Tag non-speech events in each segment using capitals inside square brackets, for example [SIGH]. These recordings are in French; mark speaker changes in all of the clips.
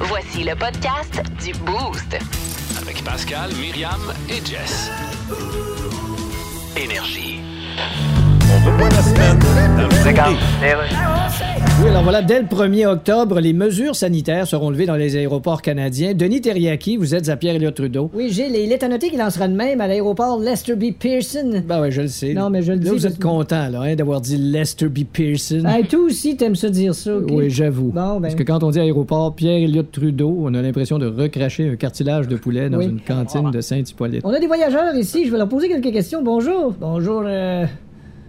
Speaker 1: Voici le podcast du Boost.
Speaker 2: Avec Pascal, Myriam et Jess. Énergie.
Speaker 3: On peut pas la semaine. dans le
Speaker 4: Oui, alors voilà, dès le 1er octobre, les mesures sanitaires seront levées dans les aéroports canadiens. Denis Terriaki, vous êtes à Pierre-Éliott Trudeau.
Speaker 5: Oui, Gilles, et il est à noter qu'il en sera de même à l'aéroport Lester B. Pearson.
Speaker 4: Ben oui, je le sais.
Speaker 5: Non, mais je le
Speaker 4: Là,
Speaker 5: dis
Speaker 4: vous
Speaker 5: parce
Speaker 4: êtes
Speaker 5: que-
Speaker 4: content, là, hein, d'avoir dit Lester B. Pearson.
Speaker 5: Hey, toi aussi, t'aimes ça dire ça, OK?
Speaker 4: Oui, j'avoue.
Speaker 5: Bon, ben.
Speaker 4: Parce que quand on dit aéroport Pierre-Éliott Trudeau, on a l'impression de recracher un cartilage de poulet dans
Speaker 5: Oui.
Speaker 4: une cantine de Saint-Hippolyte.
Speaker 5: On a des voyageurs ici, je vais leur poser quelques questions. Bonjour. Bonjour, euh,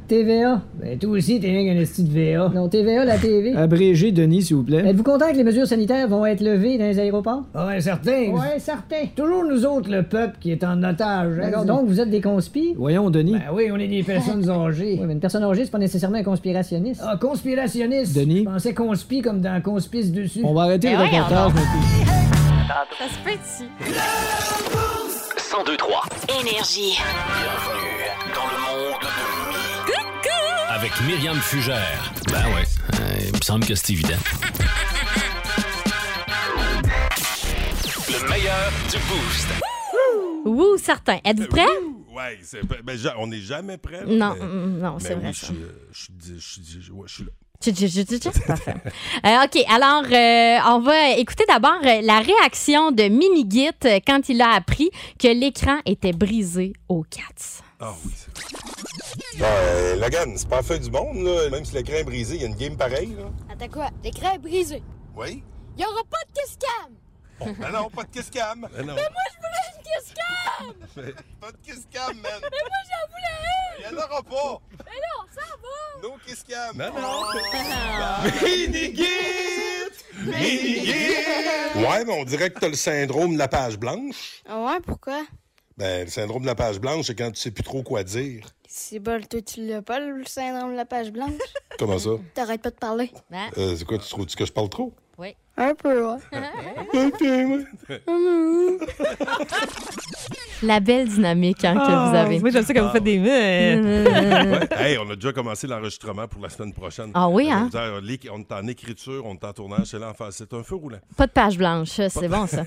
Speaker 5: TVA. Ben, toi aussi, t'es rien qu'un esti de VA. Non, TVA, la
Speaker 4: Euh,
Speaker 5: TV.
Speaker 4: Abrégé, Denis, s'il vous plaît.
Speaker 5: Êtes-vous content que les mesures sanitaires vont être levées dans les aéroports?
Speaker 6: Ah ouais, certain.
Speaker 5: Ouais, certain.
Speaker 6: Toujours nous autres, le peuple qui est en otage. hein.
Speaker 5: D'accord, donc vous êtes des conspires?
Speaker 4: Voyons, Denis.
Speaker 6: Ben oui, on est des
Speaker 5: [LAUGHS]
Speaker 6: personnes âgées.
Speaker 5: Oui, mais une personne âgée, c'est pas nécessairement un conspirationniste.
Speaker 6: Ah, conspirationniste.
Speaker 4: Denis?
Speaker 6: Je pensais conspi comme dans conspice dessus.
Speaker 4: On va arrêter le
Speaker 7: voyons
Speaker 4: reportage.
Speaker 7: Ça se peut ici.
Speaker 2: 1023.
Speaker 1: Énergie.
Speaker 2: Bienvenue dans le monde de Mi. Avec Myriam Fugère. Ben ouais, euh, il me semble que c'est évident. Le meilleur du boost.
Speaker 7: Ouh, certain. Êtes-vous
Speaker 3: Ben
Speaker 7: prêts?
Speaker 3: Ouais, c'est- ben, ja- on n'est jamais prêt. là,
Speaker 7: Non,
Speaker 3: mais-
Speaker 7: mm, non,
Speaker 3: mais
Speaker 7: c'est
Speaker 3: Ben oui,
Speaker 7: vrai
Speaker 3: je
Speaker 7: ça.
Speaker 3: suis, euh, Je suis dit- je suis dit- je- ouais, je suis là.
Speaker 7: Tchit, tchit, tchit, tchit, tchit. Parfait. [LAUGHS] Euh, OK, alors, euh, on va écouter d'abord euh, la réaction de Minigit euh, quand il a appris que l'écran était brisé aux Cats.
Speaker 3: Ah oui, c'est vrai.
Speaker 8: Bon, euh, Logan, c'est pas la feuille du monde, là. Même si l'écran est brisé, il y a une game pareille, là.
Speaker 9: Attends quoi? L'écran est brisé.
Speaker 8: Oui?
Speaker 9: Il aura pas de kiss cam!
Speaker 8: Oh, ben non, pas de kiss cam!
Speaker 3: Ben non.
Speaker 9: Kiss cam!
Speaker 8: [LAUGHS] Pas de kiss cam, man! Mais moi, j'en voulais Il y en aura pas! Mais non, ça va! Ah! No kiss cam!
Speaker 3: Non, non.
Speaker 8: Ouais, mais on dirait que t'as le syndrome de la page blanche.
Speaker 9: Ah ouais, pourquoi?
Speaker 8: Ben, le syndrome de la page blanche, c'est quand tu sais plus trop quoi dire.
Speaker 9: C'est bol, toi tu l'as pas le syndrome de la page blanche?
Speaker 8: Comment ça?
Speaker 9: T'arrêtes pas de parler.
Speaker 8: Euh, c'est quoi, tu trouves que je parle
Speaker 7: [LAUGHS]
Speaker 8: trop?
Speaker 9: Un peu, ouais.
Speaker 7: La belle dynamique hein, que vous avez.
Speaker 10: Moi, j'aime ça quand vous faites des mues.
Speaker 3: Ouais, Hey, on a déjà commencé l'enregistrement pour la semaine prochaine.
Speaker 7: Ah oui, hein?
Speaker 3: Je veux dire, euh, On est en écriture, on est en tournage, c'est là en face. C'est un feu roulant.
Speaker 7: Pas de page blanche, ça, c'est
Speaker 3: [LAUGHS]
Speaker 7: bon ça.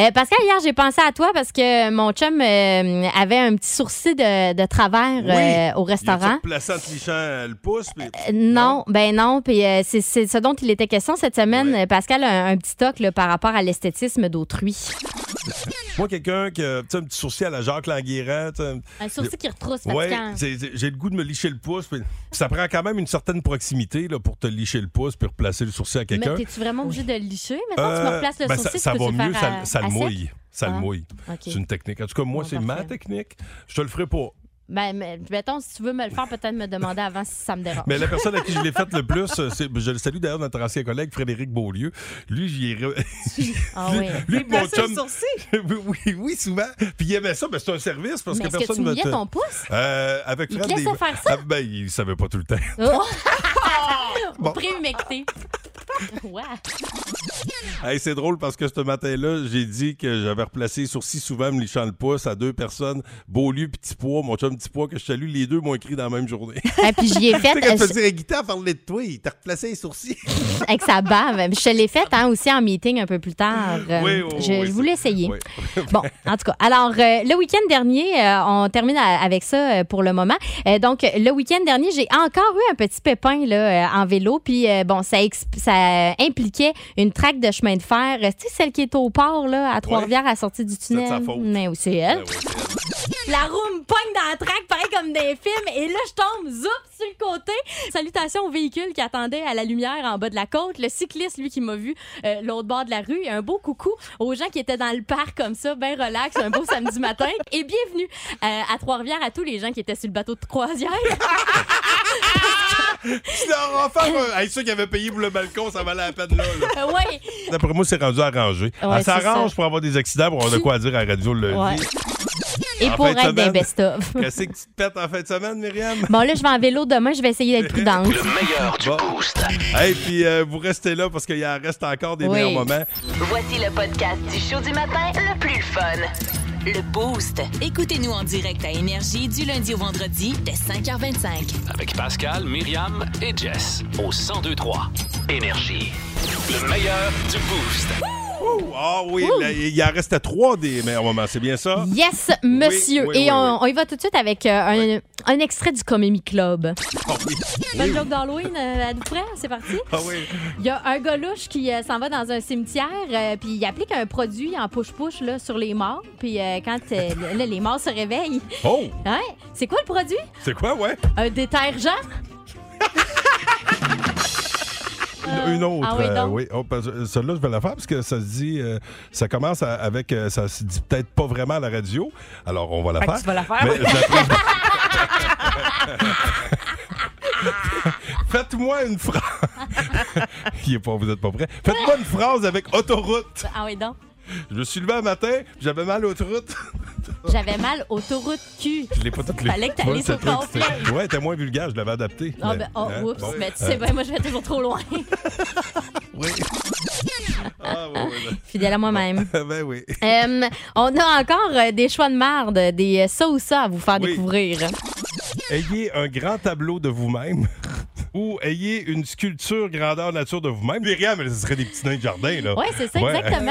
Speaker 7: Euh, Pascal, hier, j'ai pensé à toi parce que mon chum euh, avait un petit sourcil de, de travers
Speaker 3: Oui.
Speaker 7: euh, au restaurant.
Speaker 3: Plaçant lichant le pouce. puis-
Speaker 7: Euh, Non, ben non. Puis euh, c'est c'est ce dont il était question cette semaine.
Speaker 3: Ouais.
Speaker 7: Euh, Pascal a un, un petit toc là, par rapport à l'esthétisme d'autrui.
Speaker 3: Moi, quelqu'un qui a tu sais, un petit sourcil à la Jacques Languérand, tu sais, un-
Speaker 7: Un sourcil qui retrousse
Speaker 3: Ouais, c'est- c'est- j'ai le goût de me licher le pouce. puis ça prend quand même une certaine proximité là, pour te licher le pouce puis replacer le sourcil à
Speaker 7: Mais
Speaker 3: quelqu'un.
Speaker 7: t'es-tu vraiment obligé de le licher? Maintenant, tu me
Speaker 3: Euh,
Speaker 7: replaces le
Speaker 3: ben,
Speaker 7: sourcil,
Speaker 3: ça, ça
Speaker 7: tu
Speaker 3: va
Speaker 7: peux-tu
Speaker 3: mieux,
Speaker 7: faire
Speaker 3: ça,
Speaker 7: à-
Speaker 3: ça
Speaker 7: à
Speaker 3: le
Speaker 7: sec?
Speaker 3: mouille. Ça le
Speaker 7: Ah,
Speaker 3: mouille.
Speaker 7: OK.
Speaker 3: C'est une technique. En tout cas, moi,
Speaker 7: Bon,
Speaker 3: c'est ma
Speaker 7: parfait.
Speaker 3: technique. Je te le ferai pas.
Speaker 7: Ben, mais, mettons, si tu veux me le faire, peut-être me demander avant si ça me dérange.
Speaker 3: Mais la personne à qui je l'ai faite le plus, euh, c'est, je le salue d'ailleurs, notre ancien collègue Frédéric Beaulieu. Lui, j'y ai. re-
Speaker 7: Ah
Speaker 3: [LAUGHS] lui,
Speaker 7: oui.
Speaker 3: lui, mon
Speaker 10: Placez le
Speaker 3: chum-
Speaker 10: sourcil.
Speaker 3: [LAUGHS] oui, oui, souvent. Puis il aimait ça, mais c'est un service parce
Speaker 7: Mais
Speaker 3: que
Speaker 7: est-ce que tu
Speaker 3: personne
Speaker 7: mouillais
Speaker 3: te-
Speaker 7: ton pouce?
Speaker 3: Euh, avec
Speaker 7: Il
Speaker 3: Fred,
Speaker 7: te laissait
Speaker 3: des-
Speaker 7: faire ça?
Speaker 3: Ah, ben, il savait pas tout le temps.
Speaker 7: Oh!
Speaker 3: [LAUGHS] Bon.
Speaker 7: Préhumecté. [LAUGHS] Ouais.
Speaker 3: [LAUGHS] Hey, c'est drôle parce que ce matin-là, j'ai dit que j'avais replacé les sourcils souvent, me lichant le pouce à deux personnes, Beaulieu, Petit Pois, mon chum Petit Pois, que je salue, les deux m'ont écrit dans la même journée. [LAUGHS] [LAUGHS] tu
Speaker 7: Et puis j'y ai fait
Speaker 3: sais, quand tu
Speaker 7: euh,
Speaker 3: te dire, guitare, parler de toi, il t'a replacé les sourcils.
Speaker 7: avec sa barbe. Je te l'ai faite hein, aussi en meeting un peu plus tard. Euh,
Speaker 3: Oui, oui,
Speaker 7: je,
Speaker 3: oui,
Speaker 7: je voulais essayer.
Speaker 3: Oui.
Speaker 7: Bon, en tout cas, alors euh, le week-end dernier, euh, on termine à- avec ça euh, pour le moment. Euh, donc le week-end dernier, j'ai encore eu un petit pépin là, euh, en vélo, puis euh, bon, ça, exp- ça impliquait une traque de chemin de fer, Euh, tu sais celle qui est au port là, à Trois-Rivières à la sortie du
Speaker 3: de
Speaker 7: tunnel.
Speaker 3: sa faute.
Speaker 7: Mais oui, c'est elle.
Speaker 3: Ben oui, c'est elle.
Speaker 7: La roue me pogne dans la traque, pareil comme des films. Et là, je tombe, zoup, sur le côté. Salutations au véhicule qui attendait à la lumière en bas de la côte. Le cycliste, lui, qui m'a vu euh, l'autre bord de la rue. Et un beau coucou aux gens qui étaient dans le parc comme ça, bien relax, un beau samedi matin. Et bienvenue euh, à Trois-Rivières à tous les gens qui étaient sur le bateau de croisière.
Speaker 3: Tu [LAUGHS] leur as offert un- Hey, ceux qui avaient payé pour le balcon, ça valait la peine là. là.
Speaker 7: Euh, ouais.
Speaker 3: D'après moi, c'est rendu arrangé.
Speaker 7: Ouais,
Speaker 3: Elle
Speaker 7: c'est
Speaker 3: s'arrange
Speaker 7: ça.
Speaker 3: pour avoir des accidents, pour avoir de quoi dire à la radio le
Speaker 7: Ouais.
Speaker 3: lundi.
Speaker 7: Et
Speaker 3: En
Speaker 7: pour
Speaker 3: fin de
Speaker 7: être des
Speaker 3: semaine.
Speaker 7: best-of.
Speaker 3: [LAUGHS] Qu'est-ce que tu te pètes en fin de semaine, Myriam?
Speaker 7: [LAUGHS] Bon, là, je vais en vélo demain. Je vais essayer d'être
Speaker 3: [LAUGHS]
Speaker 7: prudente.
Speaker 2: Le meilleur du
Speaker 3: Bon.
Speaker 2: boost.
Speaker 3: Hey, puis euh, vous restez là parce qu'il en reste encore des
Speaker 7: Oui.
Speaker 3: meilleurs moments.
Speaker 1: Voici le podcast du show du matin le plus fun. Le Boost.
Speaker 11: Écoutez-nous en direct à Énergie du lundi au vendredi dès 5h25.
Speaker 2: Avec Pascal, Myriam et Jess. Au 1023. Énergie. Le meilleur du boost.
Speaker 3: Ouh, Ah oui, là, il y en restait trois des meilleurs moments, c'est bien
Speaker 7: [LAUGHS]
Speaker 3: ça?
Speaker 7: Yes, monsieur.
Speaker 3: oui,
Speaker 7: Et
Speaker 3: oui,
Speaker 7: on, on y va tout de suite avec euh, un, un extrait du Comedy Club.
Speaker 3: Ah oui.
Speaker 7: Bonne joke d'Halloween, euh, à nous près, c'est parti.
Speaker 3: Ah oui.
Speaker 7: Il y a un gars louche qui euh, s'en va dans un cimetière, euh, puis il applique un produit en push-push là, sur les morts. Puis euh, quand euh, là, les morts se réveillent,
Speaker 3: Oh!
Speaker 7: hein, c'est quoi le produit?
Speaker 3: C'est quoi, ouais?
Speaker 7: Un détergent?
Speaker 3: Une- Une autre.
Speaker 7: ah oui,
Speaker 3: euh,
Speaker 7: donc.
Speaker 3: oui. Oh, parce- euh, Celle-là, je vais la faire parce que ça se dit. euh, ça commence à- avec. euh, ça se dit peut-être pas vraiment à la radio. Alors, on va la
Speaker 10: Fait que
Speaker 3: faire.
Speaker 10: tu vas la faire.
Speaker 3: Mais je la trouve-
Speaker 10: [LAUGHS]
Speaker 3: Faites-moi une phrase. Il est pas, vous êtes pas prêts. Faites-moi une phrase avec autoroute.
Speaker 7: Ah oui, donc.
Speaker 3: Je me suis levé un matin, j'avais mal
Speaker 10: [LAUGHS]
Speaker 3: autoroute.
Speaker 7: J'avais mal autoroute cul.
Speaker 3: Je l'ai pas toute lu.
Speaker 7: Fallait que
Speaker 3: Tu
Speaker 7: t'ailles
Speaker 3: vois, ce
Speaker 7: sur
Speaker 3: truc,
Speaker 7: ton
Speaker 3: c'était-
Speaker 7: flanc.
Speaker 3: Ouais, t'es moins vulgaire, je l'avais adapté.
Speaker 7: Ah,
Speaker 3: Mais-
Speaker 7: ben, oh,
Speaker 3: hein,
Speaker 7: oups,
Speaker 3: bon.
Speaker 7: mais tu
Speaker 3: Euh,
Speaker 7: sais, ben, moi, je vais toujours trop loin.
Speaker 3: Oui. Ah, ouais, ouais,
Speaker 7: [LAUGHS]
Speaker 3: ouais.
Speaker 7: [LAUGHS] Fidèle à moi-même.
Speaker 3: ben oui.
Speaker 7: Euh, on a encore euh, des choix de marde, des euh, ça ou ça à vous faire découvrir.
Speaker 3: Ayez un grand tableau de vous-même [LAUGHS] ou ayez une sculpture grandeur nature de vous-même. Myriam, mais ce serait des petits nains de jardin, là.
Speaker 7: Ouais, c'est ça, exactement.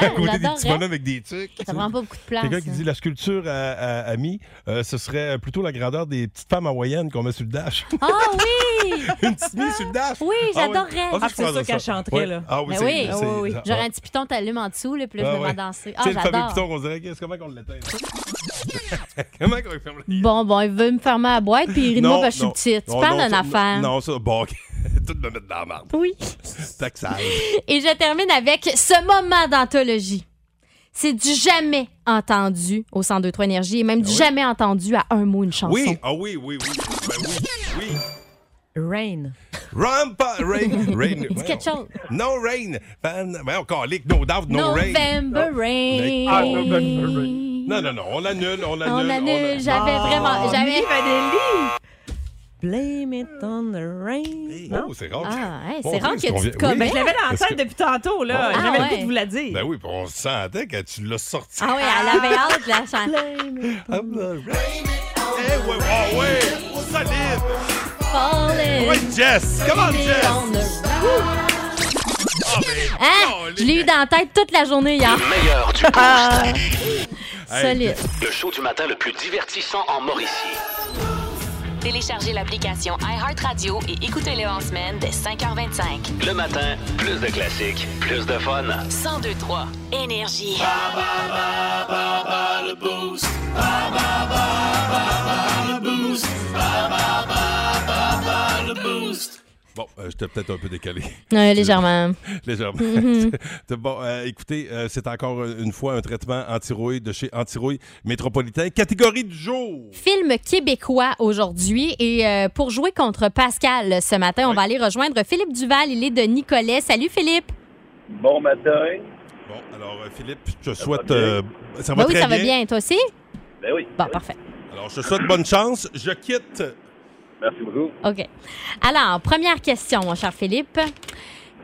Speaker 3: [LAUGHS] À côté des petits
Speaker 7: J'adorerais.
Speaker 3: bonhommes avec des tucs.
Speaker 7: Ça prend pas beaucoup de place.
Speaker 3: Quelqu'un qui
Speaker 7: hein.
Speaker 3: dit la sculpture à, à, à mi, euh, ce serait plutôt la grandeur des petites femmes hawaïennes qu'on met sur le dash. [LAUGHS]
Speaker 7: Ah oui!
Speaker 3: une petite mie sur le dash.
Speaker 7: Oui,
Speaker 3: Ah oui.
Speaker 7: j'adorerais.
Speaker 3: Ah, ça, Ah, je c'est crois ça à qu'elle ça. chanterait, Ouais. là. Ah oui,
Speaker 7: Ben
Speaker 3: c'est-
Speaker 7: oui.
Speaker 3: c'est-
Speaker 7: Ah oui, oui.
Speaker 3: ah.
Speaker 7: J'aurais un petit piton t'allume en dessous, là, puis là, je
Speaker 3: Ah,
Speaker 7: me mets
Speaker 3: ouais.
Speaker 7: à danser.
Speaker 3: Tu
Speaker 7: Ah,
Speaker 3: sais, le fameux piton
Speaker 7: j'adore.
Speaker 3: qu'on dirait, qu'est-ce- comment qu'on l'éteint? [LAUGHS] comment qu'on ferme la-
Speaker 7: Bon, bon, il veut me fermer à la boîte, puis il rit de moi
Speaker 3: Non,
Speaker 7: parce que je
Speaker 3: non.
Speaker 7: suis petite. Tu
Speaker 3: Non,
Speaker 7: parles
Speaker 3: non,
Speaker 7: d'une
Speaker 3: ça-
Speaker 7: affaire.
Speaker 3: Non, ça, bon, ok. [LAUGHS] tout me mettre dans la merde.
Speaker 7: Oui.
Speaker 3: Taxage.
Speaker 7: Et je termine avec ce moment d'anthologie. C'est du jamais entendu au 102.3 Énergie et même du jamais entendu à un mot une chanson.
Speaker 3: Ben Oui, ah oui, oui, oui. Ben oui, oui.
Speaker 10: Rain.
Speaker 3: Rampa,
Speaker 7: [LAUGHS]
Speaker 3: rain, rain.
Speaker 7: Dis quelque chose.
Speaker 3: No rain. Ben, ben encore, lick, no doubt, no rain.
Speaker 7: November Rain.
Speaker 3: Ah, November rain. Non, non, non, on l'annule, on l'annule.
Speaker 7: On annule,
Speaker 3: on-
Speaker 7: j'avais
Speaker 10: Ah,
Speaker 7: vraiment. J'avais.
Speaker 10: Milli Vanilli. Blame it on the rain. non?
Speaker 3: Oh, c'est rare.
Speaker 7: Ah, hey,
Speaker 3: Bon,
Speaker 7: c'est rare
Speaker 3: oui,
Speaker 7: que tu
Speaker 3: qu'on
Speaker 7: te
Speaker 3: vient- oui.
Speaker 10: Ben, je l'avais dans la
Speaker 3: Parce
Speaker 10: tête
Speaker 3: que-
Speaker 10: depuis tantôt, là.
Speaker 7: Ah,
Speaker 10: J'avais le
Speaker 7: ouais.
Speaker 10: goût de vous la dire.
Speaker 3: Ben oui, puis on sentait que tu l'as sorti.
Speaker 7: Ah oui, elle avait hâte, la chanson.
Speaker 3: Ah, ben, rain. Eh ouais, ah ouais, solide.
Speaker 10: Ah.
Speaker 7: Falling.
Speaker 3: Ouais, Jess, come on, Jess.
Speaker 7: on the-
Speaker 3: Ah, ben,
Speaker 7: Hein? Je l'ai eu dans la tête toute la journée hier.
Speaker 2: Le meilleur du boost.
Speaker 7: Solide.
Speaker 2: Le show du matin le plus divertissant en Mauricie.
Speaker 11: Téléchargez l'application iHeartRadio et écoutez-le en semaine dès 5h25.
Speaker 2: Le matin, plus de classiques, plus de fun.
Speaker 11: 1023 Énergie.
Speaker 3: Bon, euh, j'étais peut-être un peu décalé. [LAUGHS]
Speaker 7: Ouais, légèrement. Mhm.
Speaker 3: Légèrement. [LAUGHS] C'est bon, euh, écoutez, euh, c'est encore une fois un traitement antirouille de chez Antirouille Métropolitain. Catégorie du jour.
Speaker 7: Film québécois aujourd'hui. Et euh, pour jouer contre Pascal ce matin, on va aller rejoindre Philippe Duval. Il est de Nicolet. Salut Philippe.
Speaker 12: Bon matin.
Speaker 3: Bon, alors euh, Philippe, je te souhaite...
Speaker 12: bien?
Speaker 3: euh, ça va
Speaker 7: Ben oui,
Speaker 3: très
Speaker 7: ça
Speaker 3: bien.
Speaker 7: va bien. Toi aussi?
Speaker 12: Ben oui.
Speaker 7: Bon, parfait.
Speaker 3: Alors, je te souhaite bonne chance. Je quitte.
Speaker 12: Merci beaucoup.
Speaker 7: OK. Alors, première question, mon cher Philippe.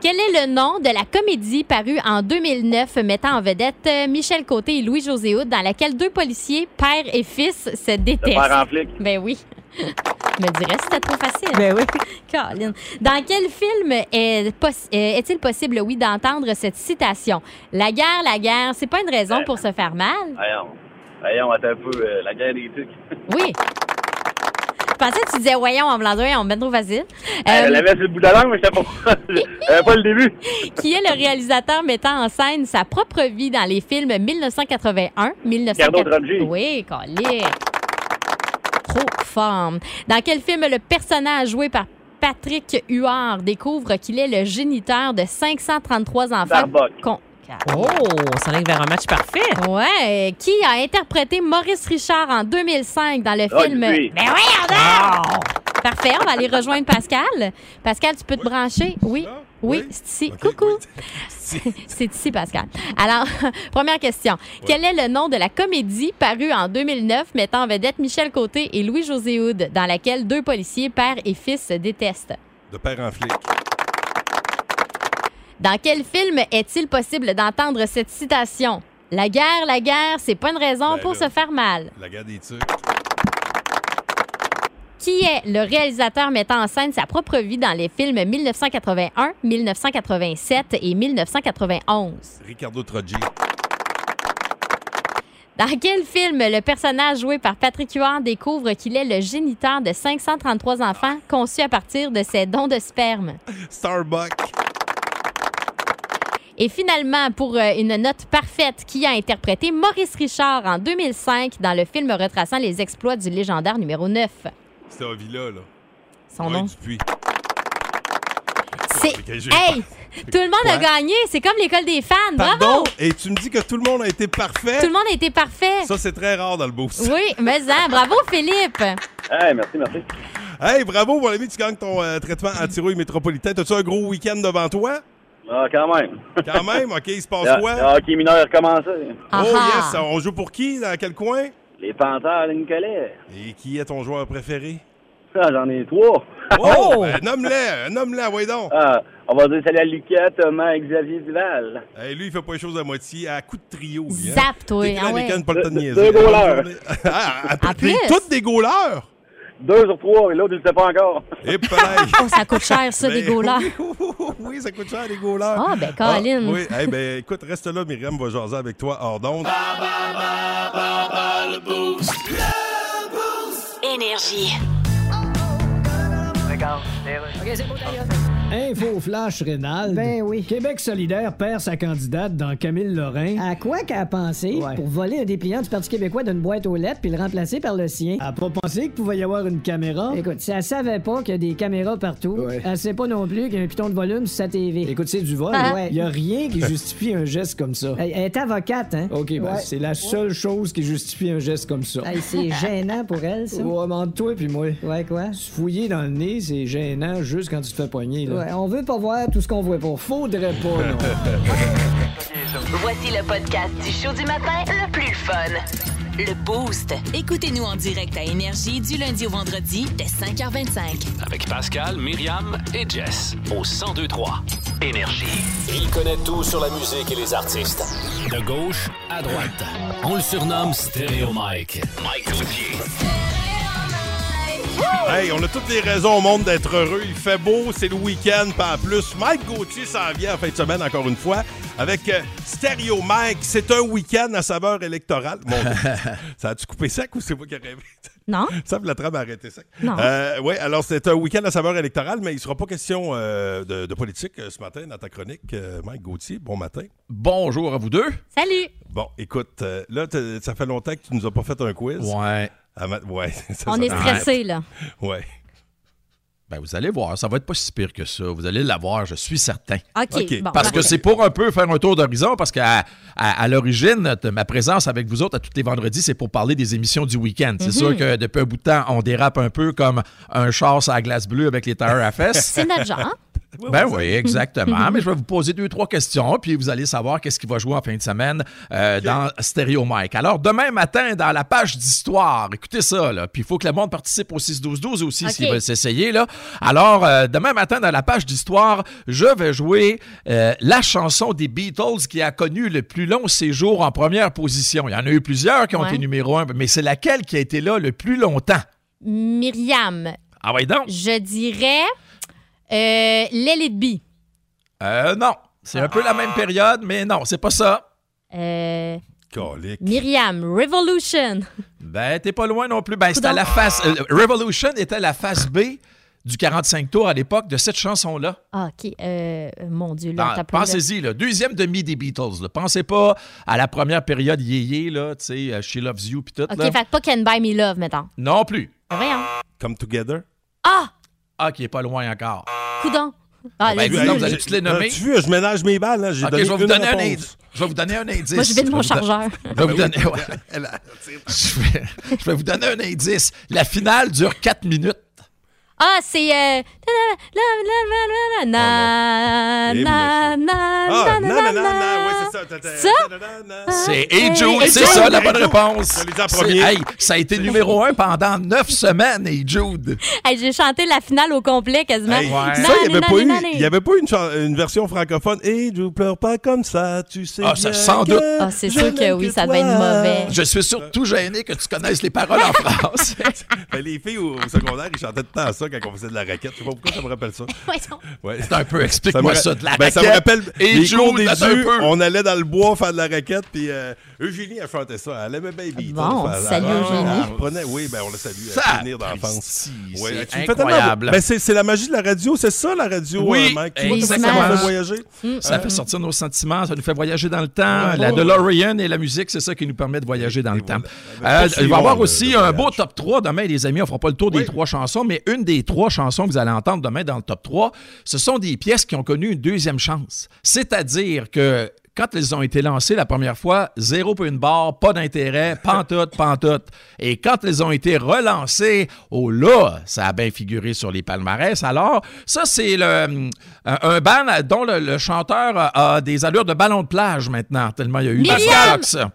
Speaker 7: Quel est le nom de la comédie parue en 2009 mettant en vedette euh, Michel Côté et Louis-José Hood, dans laquelle deux policiers, père et fils, se
Speaker 12: Le
Speaker 7: détestent?
Speaker 12: père en flic.
Speaker 7: Ben oui. [LAUGHS] Je me dirais si c'était trop facile.
Speaker 10: Ben oui.
Speaker 7: [LAUGHS] Caroline. Dans quel film est possi- euh, est-il possible, oui, d'entendre cette citation? La guerre, la guerre, c'est pas une raison pour se faire mal.
Speaker 12: Ben, Voyons. Voyons, attends un peu. euh, la guerre des [LAUGHS] trucs.
Speaker 7: Oui. Je pensais que tu disais, voyons, en blanc on met trop facile. Euh,
Speaker 12: Elle l'avait sur le bout de la langue, mais je pas. [LAUGHS] J'avais pas le début.
Speaker 7: [LAUGHS] qui est le réalisateur mettant en scène sa propre vie dans les films 1981, 1980.
Speaker 12: Dronji.
Speaker 7: Oui, collé. Trop forme. Dans quel film le personnage joué par Patrick Huard découvre qu'il est le géniteur de 533 enfants?
Speaker 12: Starbucks.
Speaker 7: Con-
Speaker 10: Oh, on s'enligne vers un match parfait.
Speaker 7: Ouais, qui a interprété Maurice Richard en 2005 dans le
Speaker 12: Ah,
Speaker 7: film
Speaker 12: lui.
Speaker 7: Ben oui, on a- Parfait, on va aller rejoindre Pascal. Pascal, tu peux te brancher Oui.
Speaker 3: là?
Speaker 7: Oui,
Speaker 3: Ah, Oui.
Speaker 7: c'est ici.
Speaker 3: Ok,
Speaker 7: Coucou.
Speaker 3: oui.
Speaker 7: c'est ici, Pascal. Alors, [LAUGHS] première question. Quel est le nom de la comédie parue en 2009 mettant en vedette Michel Côté et Louis-José Hood, dans laquelle deux policiers, père et fils, se détestent?
Speaker 3: De père en flic.
Speaker 7: Dans quel film est-il possible d'entendre cette citation? La guerre, la guerre, c'est pas une raison
Speaker 3: Ben
Speaker 7: pour
Speaker 3: là.
Speaker 7: se faire mal.
Speaker 3: La guerre des tucs.
Speaker 7: qui est le réalisateur mettant en scène sa propre vie dans les films 1981, 1987 et 1991.
Speaker 3: Ricardo Troggi.
Speaker 7: Dans quel film le personnage joué par Patrick Huard découvre qu'il est le géniteur de 533 enfants conçus à partir de ses dons de sperme?
Speaker 3: Starbucks.
Speaker 7: Et finalement, pour euh, une note parfaite, qui a interprété Maurice Richard en 2005 dans le film retraçant les exploits du légendaire numéro 9?
Speaker 3: C'était un villa, là.
Speaker 7: Son
Speaker 3: Loin
Speaker 7: nom.
Speaker 3: du puits.
Speaker 7: C'est...
Speaker 3: Ok, j'ai-
Speaker 7: Hey! Tout le monde a
Speaker 3: Ouais.
Speaker 7: gagné! C'est comme l'école des fans! Bravo!
Speaker 3: Pardon? Et tu me dis que tout le monde a été parfait?
Speaker 7: Tout le monde a été parfait!
Speaker 3: Ça, c'est très rare dans le boost.
Speaker 7: Oui, mais hein, bravo Philippe!
Speaker 3: Hey, merci, merci. Hey, bravo, mon ami, tu gagnes ton euh, traitement anti-rouille métropolitain. T'as-tu un gros week-end devant toi?
Speaker 12: Ah, quand même. Ah,
Speaker 3: Quand même, OK, il se passe
Speaker 12: Le-
Speaker 3: quoi?
Speaker 12: Le hockey mineur a recommencé.
Speaker 7: Ah,
Speaker 3: Oh yes, on joue pour qui? Dans quel coin?
Speaker 12: Les Panthères de Nicolet.
Speaker 3: Et qui est ton joueur préféré?
Speaker 12: Ah, j'en ai trois.
Speaker 3: Oh! Ben, nomme-les, nomme-les, ouais donc.
Speaker 12: Ah, on va dire salut à Lucas, Thomas et Xavier Duval.
Speaker 3: Hey, lui, il fait pas les choses à moitié, à coup de trio. lui, hein?
Speaker 12: Zap, toi,
Speaker 3: T'es grand,
Speaker 12: ah ouais.
Speaker 3: les cannes, pas le temps de
Speaker 12: Deux- deux
Speaker 3: niaiser.
Speaker 12: goalers.
Speaker 3: Ah, ah, ah, t'es
Speaker 12: plus?
Speaker 3: toutes des goalers?
Speaker 12: Deux sur trois, et l'autre, il le sait pas encore.
Speaker 3: Et pareil.
Speaker 7: ça coûte cher, ça, des
Speaker 3: Ben,
Speaker 7: gauleurs.
Speaker 3: [LAUGHS] Oui, ça coûte cher, les gauleurs.
Speaker 7: Ah, ben, Colin.
Speaker 3: Ah, oui, Eh ben, écoute, reste là, Myriam va jaser avec toi hors d'onde.
Speaker 11: Énergie.
Speaker 4: Info flash rénal. Ben oui. Québec solidaire perd sa candidate dans Camille Lorrain.
Speaker 5: À quoi qu'elle a pensé pour voler un dépliant du Parti québécois d'une boîte aux lettres puis le remplacer par le sien?
Speaker 4: Elle a pas pensé qu'il pouvait y avoir une caméra.
Speaker 5: Écoute, si elle savait pas qu'il y a des caméras partout, elle sait pas non plus qu'il y a un piton de volume sur sa TV.
Speaker 4: Écoute, c'est du vol.
Speaker 5: Ah.
Speaker 4: Il y a rien qui justifie un geste comme ça.
Speaker 5: Elle elle est avocate, hein?
Speaker 4: OK, ben,
Speaker 5: Ouais.
Speaker 4: c'est la seule chose qui justifie un geste comme ça.
Speaker 5: Hey,
Speaker 4: [LAUGHS]
Speaker 5: c'est gênant pour elle, ça.
Speaker 4: Ouais, mais entre toi puis moi.
Speaker 5: Ouais, quoi?
Speaker 4: Se fouiller dans le nez, c'est gênant juste quand tu te fais poigner. Là.
Speaker 5: Ouais, on veut pas voir tout ce qu'on voit pas.
Speaker 4: Faudrait
Speaker 5: [LAUGHS]
Speaker 4: pas, non.
Speaker 1: Voici le podcast du show du matin le plus fun.
Speaker 11: Le Boost. Écoutez-nous en direct à Énergie du lundi au vendredi dès 5h25.
Speaker 2: Avec Pascal, Myriam et Jess au 1023 Énergie. Il connaît tout sur la musique et les artistes. De gauche à droite. On le surnomme Stéréo Mike. Mike Gauthier.
Speaker 3: Hey, on a toutes les raisons au monde d'être heureux. Il fait beau, c'est le week-end, pas en plus. Mike Gauthier s'en vient en fin de semaine, encore une fois, avec euh, Stereo Mike. C'est un week-end à saveur électorale.
Speaker 13: [LAUGHS]
Speaker 3: Mon Dieu. ça a-tu coupé sec ou c'est moi qui ai rêvé? [LAUGHS]
Speaker 7: Non.
Speaker 3: Ça, me la trame a arrêté sec.
Speaker 7: Non.
Speaker 3: oui, alors c'est un week-end à saveur électorale, mais il ne sera pas question euh, de, de politique euh, ce matin dans ta chronique. Euh, Mike Gauthier, bon matin.
Speaker 13: Bonjour à vous deux.
Speaker 7: Salut!
Speaker 3: Bon, écoute, euh, là, t'as- ça fait longtemps que tu nous as pas fait un quiz.
Speaker 13: Ouais.
Speaker 3: Ah, ma- ouais. [LAUGHS] ça,
Speaker 7: On
Speaker 3: ça
Speaker 7: est
Speaker 3: fait-
Speaker 7: stressé, là.
Speaker 3: Ouais.
Speaker 13: Ben, vous allez voir, ça va être pas si pire que ça. Vous allez l'avoir, je suis certain.
Speaker 7: OK, OK. bon,
Speaker 13: parce que
Speaker 7: parfait.
Speaker 13: c'est pour un peu faire un tour d'horizon, parce qu'à à, à l'origine, t- ma présence avec vous autres à tous les vendredis, c'est pour parler des émissions du week-end. C'est
Speaker 7: Mhm.
Speaker 13: sûr que depuis un bout de temps, on dérape un peu comme un char à glace bleue avec les tailleurs à fesses.
Speaker 7: C'est hein? notre genre.
Speaker 13: Ben oui, exactement. Mais je vais vous poser deux, trois questions, puis vous allez savoir qu'est-ce qui va jouer en fin de semaine euh, dans Stereo Mike. Alors, demain matin, dans la page d'histoire, écoutez ça, là. Puis il faut que le monde participe au 6-12-12 aussi
Speaker 14: OK.
Speaker 13: s'ils veulent s'essayer, là. Alors, euh, demain matin, dans la page d'histoire, je vais jouer euh, la chanson des Beatles qui a connu le plus long séjour en première position. Il y en a eu plusieurs qui ont
Speaker 7: Ouais.
Speaker 13: été numéro un, mais c'est laquelle qui a été là le plus longtemps?
Speaker 7: Myriam,
Speaker 13: Ah oui, donc?
Speaker 7: je dirais euh, Let It Be.
Speaker 13: Euh, non. C'est un peu la même période, mais non, c'est pas ça.
Speaker 7: Euh,
Speaker 3: Colique.
Speaker 7: Myriam, Revolution.
Speaker 13: Ben, t'es pas loin non plus. Ben, c'était la face. euh, Revolution était la face B du 45 tours à l'époque de cette chanson-là.
Speaker 7: Ah, OK. euh, mon Dieu, là,
Speaker 13: Dans-
Speaker 7: t'as pas-
Speaker 13: Pensez-y, là, deuxième demi des Beatles. là. Pensez pas à la première période yéyé, là, tu sais, euh, She Loves You puis tout.
Speaker 7: OK,
Speaker 13: là.
Speaker 7: fait que pas Can Buy Me Love, mettons. Ah,
Speaker 13: Non plus.
Speaker 7: Voyons.
Speaker 3: Come Together.
Speaker 7: Ah,
Speaker 13: Ah, qui est pas loin encore.
Speaker 7: coudon. Ah,
Speaker 13: Ben,
Speaker 7: Let It
Speaker 13: dis donc,
Speaker 7: Be.
Speaker 13: vous allez toutes les nommer.
Speaker 3: As-tu vu, je ménage mes balles. Hein? J'ai
Speaker 13: Ok,
Speaker 3: donné
Speaker 13: je vais vous
Speaker 3: une
Speaker 13: donner un
Speaker 3: réponse.
Speaker 13: indice. Je vais vous donner un indice.
Speaker 7: Moi, je vide mon
Speaker 13: vais vous don-
Speaker 7: chargeur.
Speaker 13: Je
Speaker 12: Ah, ben
Speaker 13: vais vous donner. ouais.
Speaker 3: [LAUGHS]
Speaker 13: [LAUGHS] Je vais- je vais vous donner un indice. La finale dure 4 minutes.
Speaker 7: [LAUGHS] Ah, c'est. euh, na, na,
Speaker 3: Eh,
Speaker 7: na, na,
Speaker 3: Ah,
Speaker 7: na, na, na, na, na.
Speaker 3: oui, c'est ça. Ta- ta-
Speaker 7: Ça?
Speaker 13: C'est
Speaker 7: Hey,
Speaker 13: Hey Jude,
Speaker 7: Hey
Speaker 13: c'est
Speaker 7: Jude!
Speaker 13: ça la
Speaker 7: Hey
Speaker 13: bonne
Speaker 7: Jude!
Speaker 13: réponse.
Speaker 3: Je l'ai dit en
Speaker 13: C'est-
Speaker 3: premier.
Speaker 13: hey, ça a été numéro un pendant neuf semaines, Hey Jude.
Speaker 7: Hey, J'ai chanté la finale au complet quasiment.
Speaker 3: Hey,
Speaker 7: Na,
Speaker 3: Ça, il n'y
Speaker 7: na,
Speaker 3: avait, pas
Speaker 7: na,
Speaker 3: eu-
Speaker 7: na, na.
Speaker 3: il y avait pas eu une, chan- une version francophone. Et je pleure pas comme ça, tu sais.
Speaker 13: Ah, ça,
Speaker 3: bien
Speaker 13: sans
Speaker 3: que
Speaker 13: doute.
Speaker 7: Ah, c'est
Speaker 3: je
Speaker 7: sûr que
Speaker 3: n'aime
Speaker 7: oui, ça
Speaker 3: toi.
Speaker 7: devait être mauvais.
Speaker 13: Je suis surtout gêné que tu connaisses les paroles
Speaker 7: [LAUGHS]
Speaker 13: en France.
Speaker 3: Ben, les filles au, au secondaire, ils chantaient tout le temps ça quand on faisait de la raquette. Je sais pas pourquoi ça me rappelle ça.
Speaker 7: [LAUGHS]
Speaker 3: Ouais.
Speaker 13: C'est un peu, explique-moi
Speaker 3: me-
Speaker 13: ça, de la
Speaker 3: ben, Ça me
Speaker 13: raquette.
Speaker 3: rappelle
Speaker 13: Et
Speaker 3: les
Speaker 13: Jude,
Speaker 3: cours des
Speaker 13: attends un
Speaker 3: yeux,
Speaker 13: peu.
Speaker 3: on allait dans le bois faire de la raquette, puis euh, Eugénie, elle chantait ça. Elle aimait Baby.
Speaker 7: Bon,
Speaker 3: Elle- elle-
Speaker 7: salut,
Speaker 3: elle-
Speaker 7: Eugénie.
Speaker 3: Elle reprenait, oui, ben on la salue.
Speaker 13: Ça,
Speaker 3: Ça, finir d'enfance. Ouais,
Speaker 13: c'est
Speaker 3: tu me fais tellement-
Speaker 13: incroyable.
Speaker 3: Ben, c'est c'est la magie de la radio, c'est ça la radio,
Speaker 13: Oui,
Speaker 3: euh, Mike. Tu vois comment ça
Speaker 13: exactement.
Speaker 3: m'a fait voyager?
Speaker 13: Ça
Speaker 3: Hein?
Speaker 13: fait sortir nos sentiments, ça nous fait voyager dans le temps. La DeLorean et la musique, c'est ça qui nous permet de voyager dans le temps.
Speaker 3: voilà.
Speaker 13: Euh,
Speaker 3: C'est
Speaker 13: il va y
Speaker 3: long,
Speaker 13: avoir
Speaker 3: le-
Speaker 13: aussi un beau top 3 demain, les amis. On fera pas le tour des trois chansons, mais une des trois chansons que vous allez entendre demain dans le top 3, ce sont des pièces qui ont connu une deuxième chance. C'est-à-dire que quand elles ont été lancées la première fois, zéro pour une barre, pas d'intérêt, [LAUGHS] pantoute, pantoute. Et quand elles ont été relancées, oh là, ça a bien figuré sur les palmarès. Alors, ça, c'est le, hum, un un band dont le, le chanteur a a des allures de ballon de plage maintenant, tellement il y a eu
Speaker 7: Myriam!
Speaker 13: Pascal.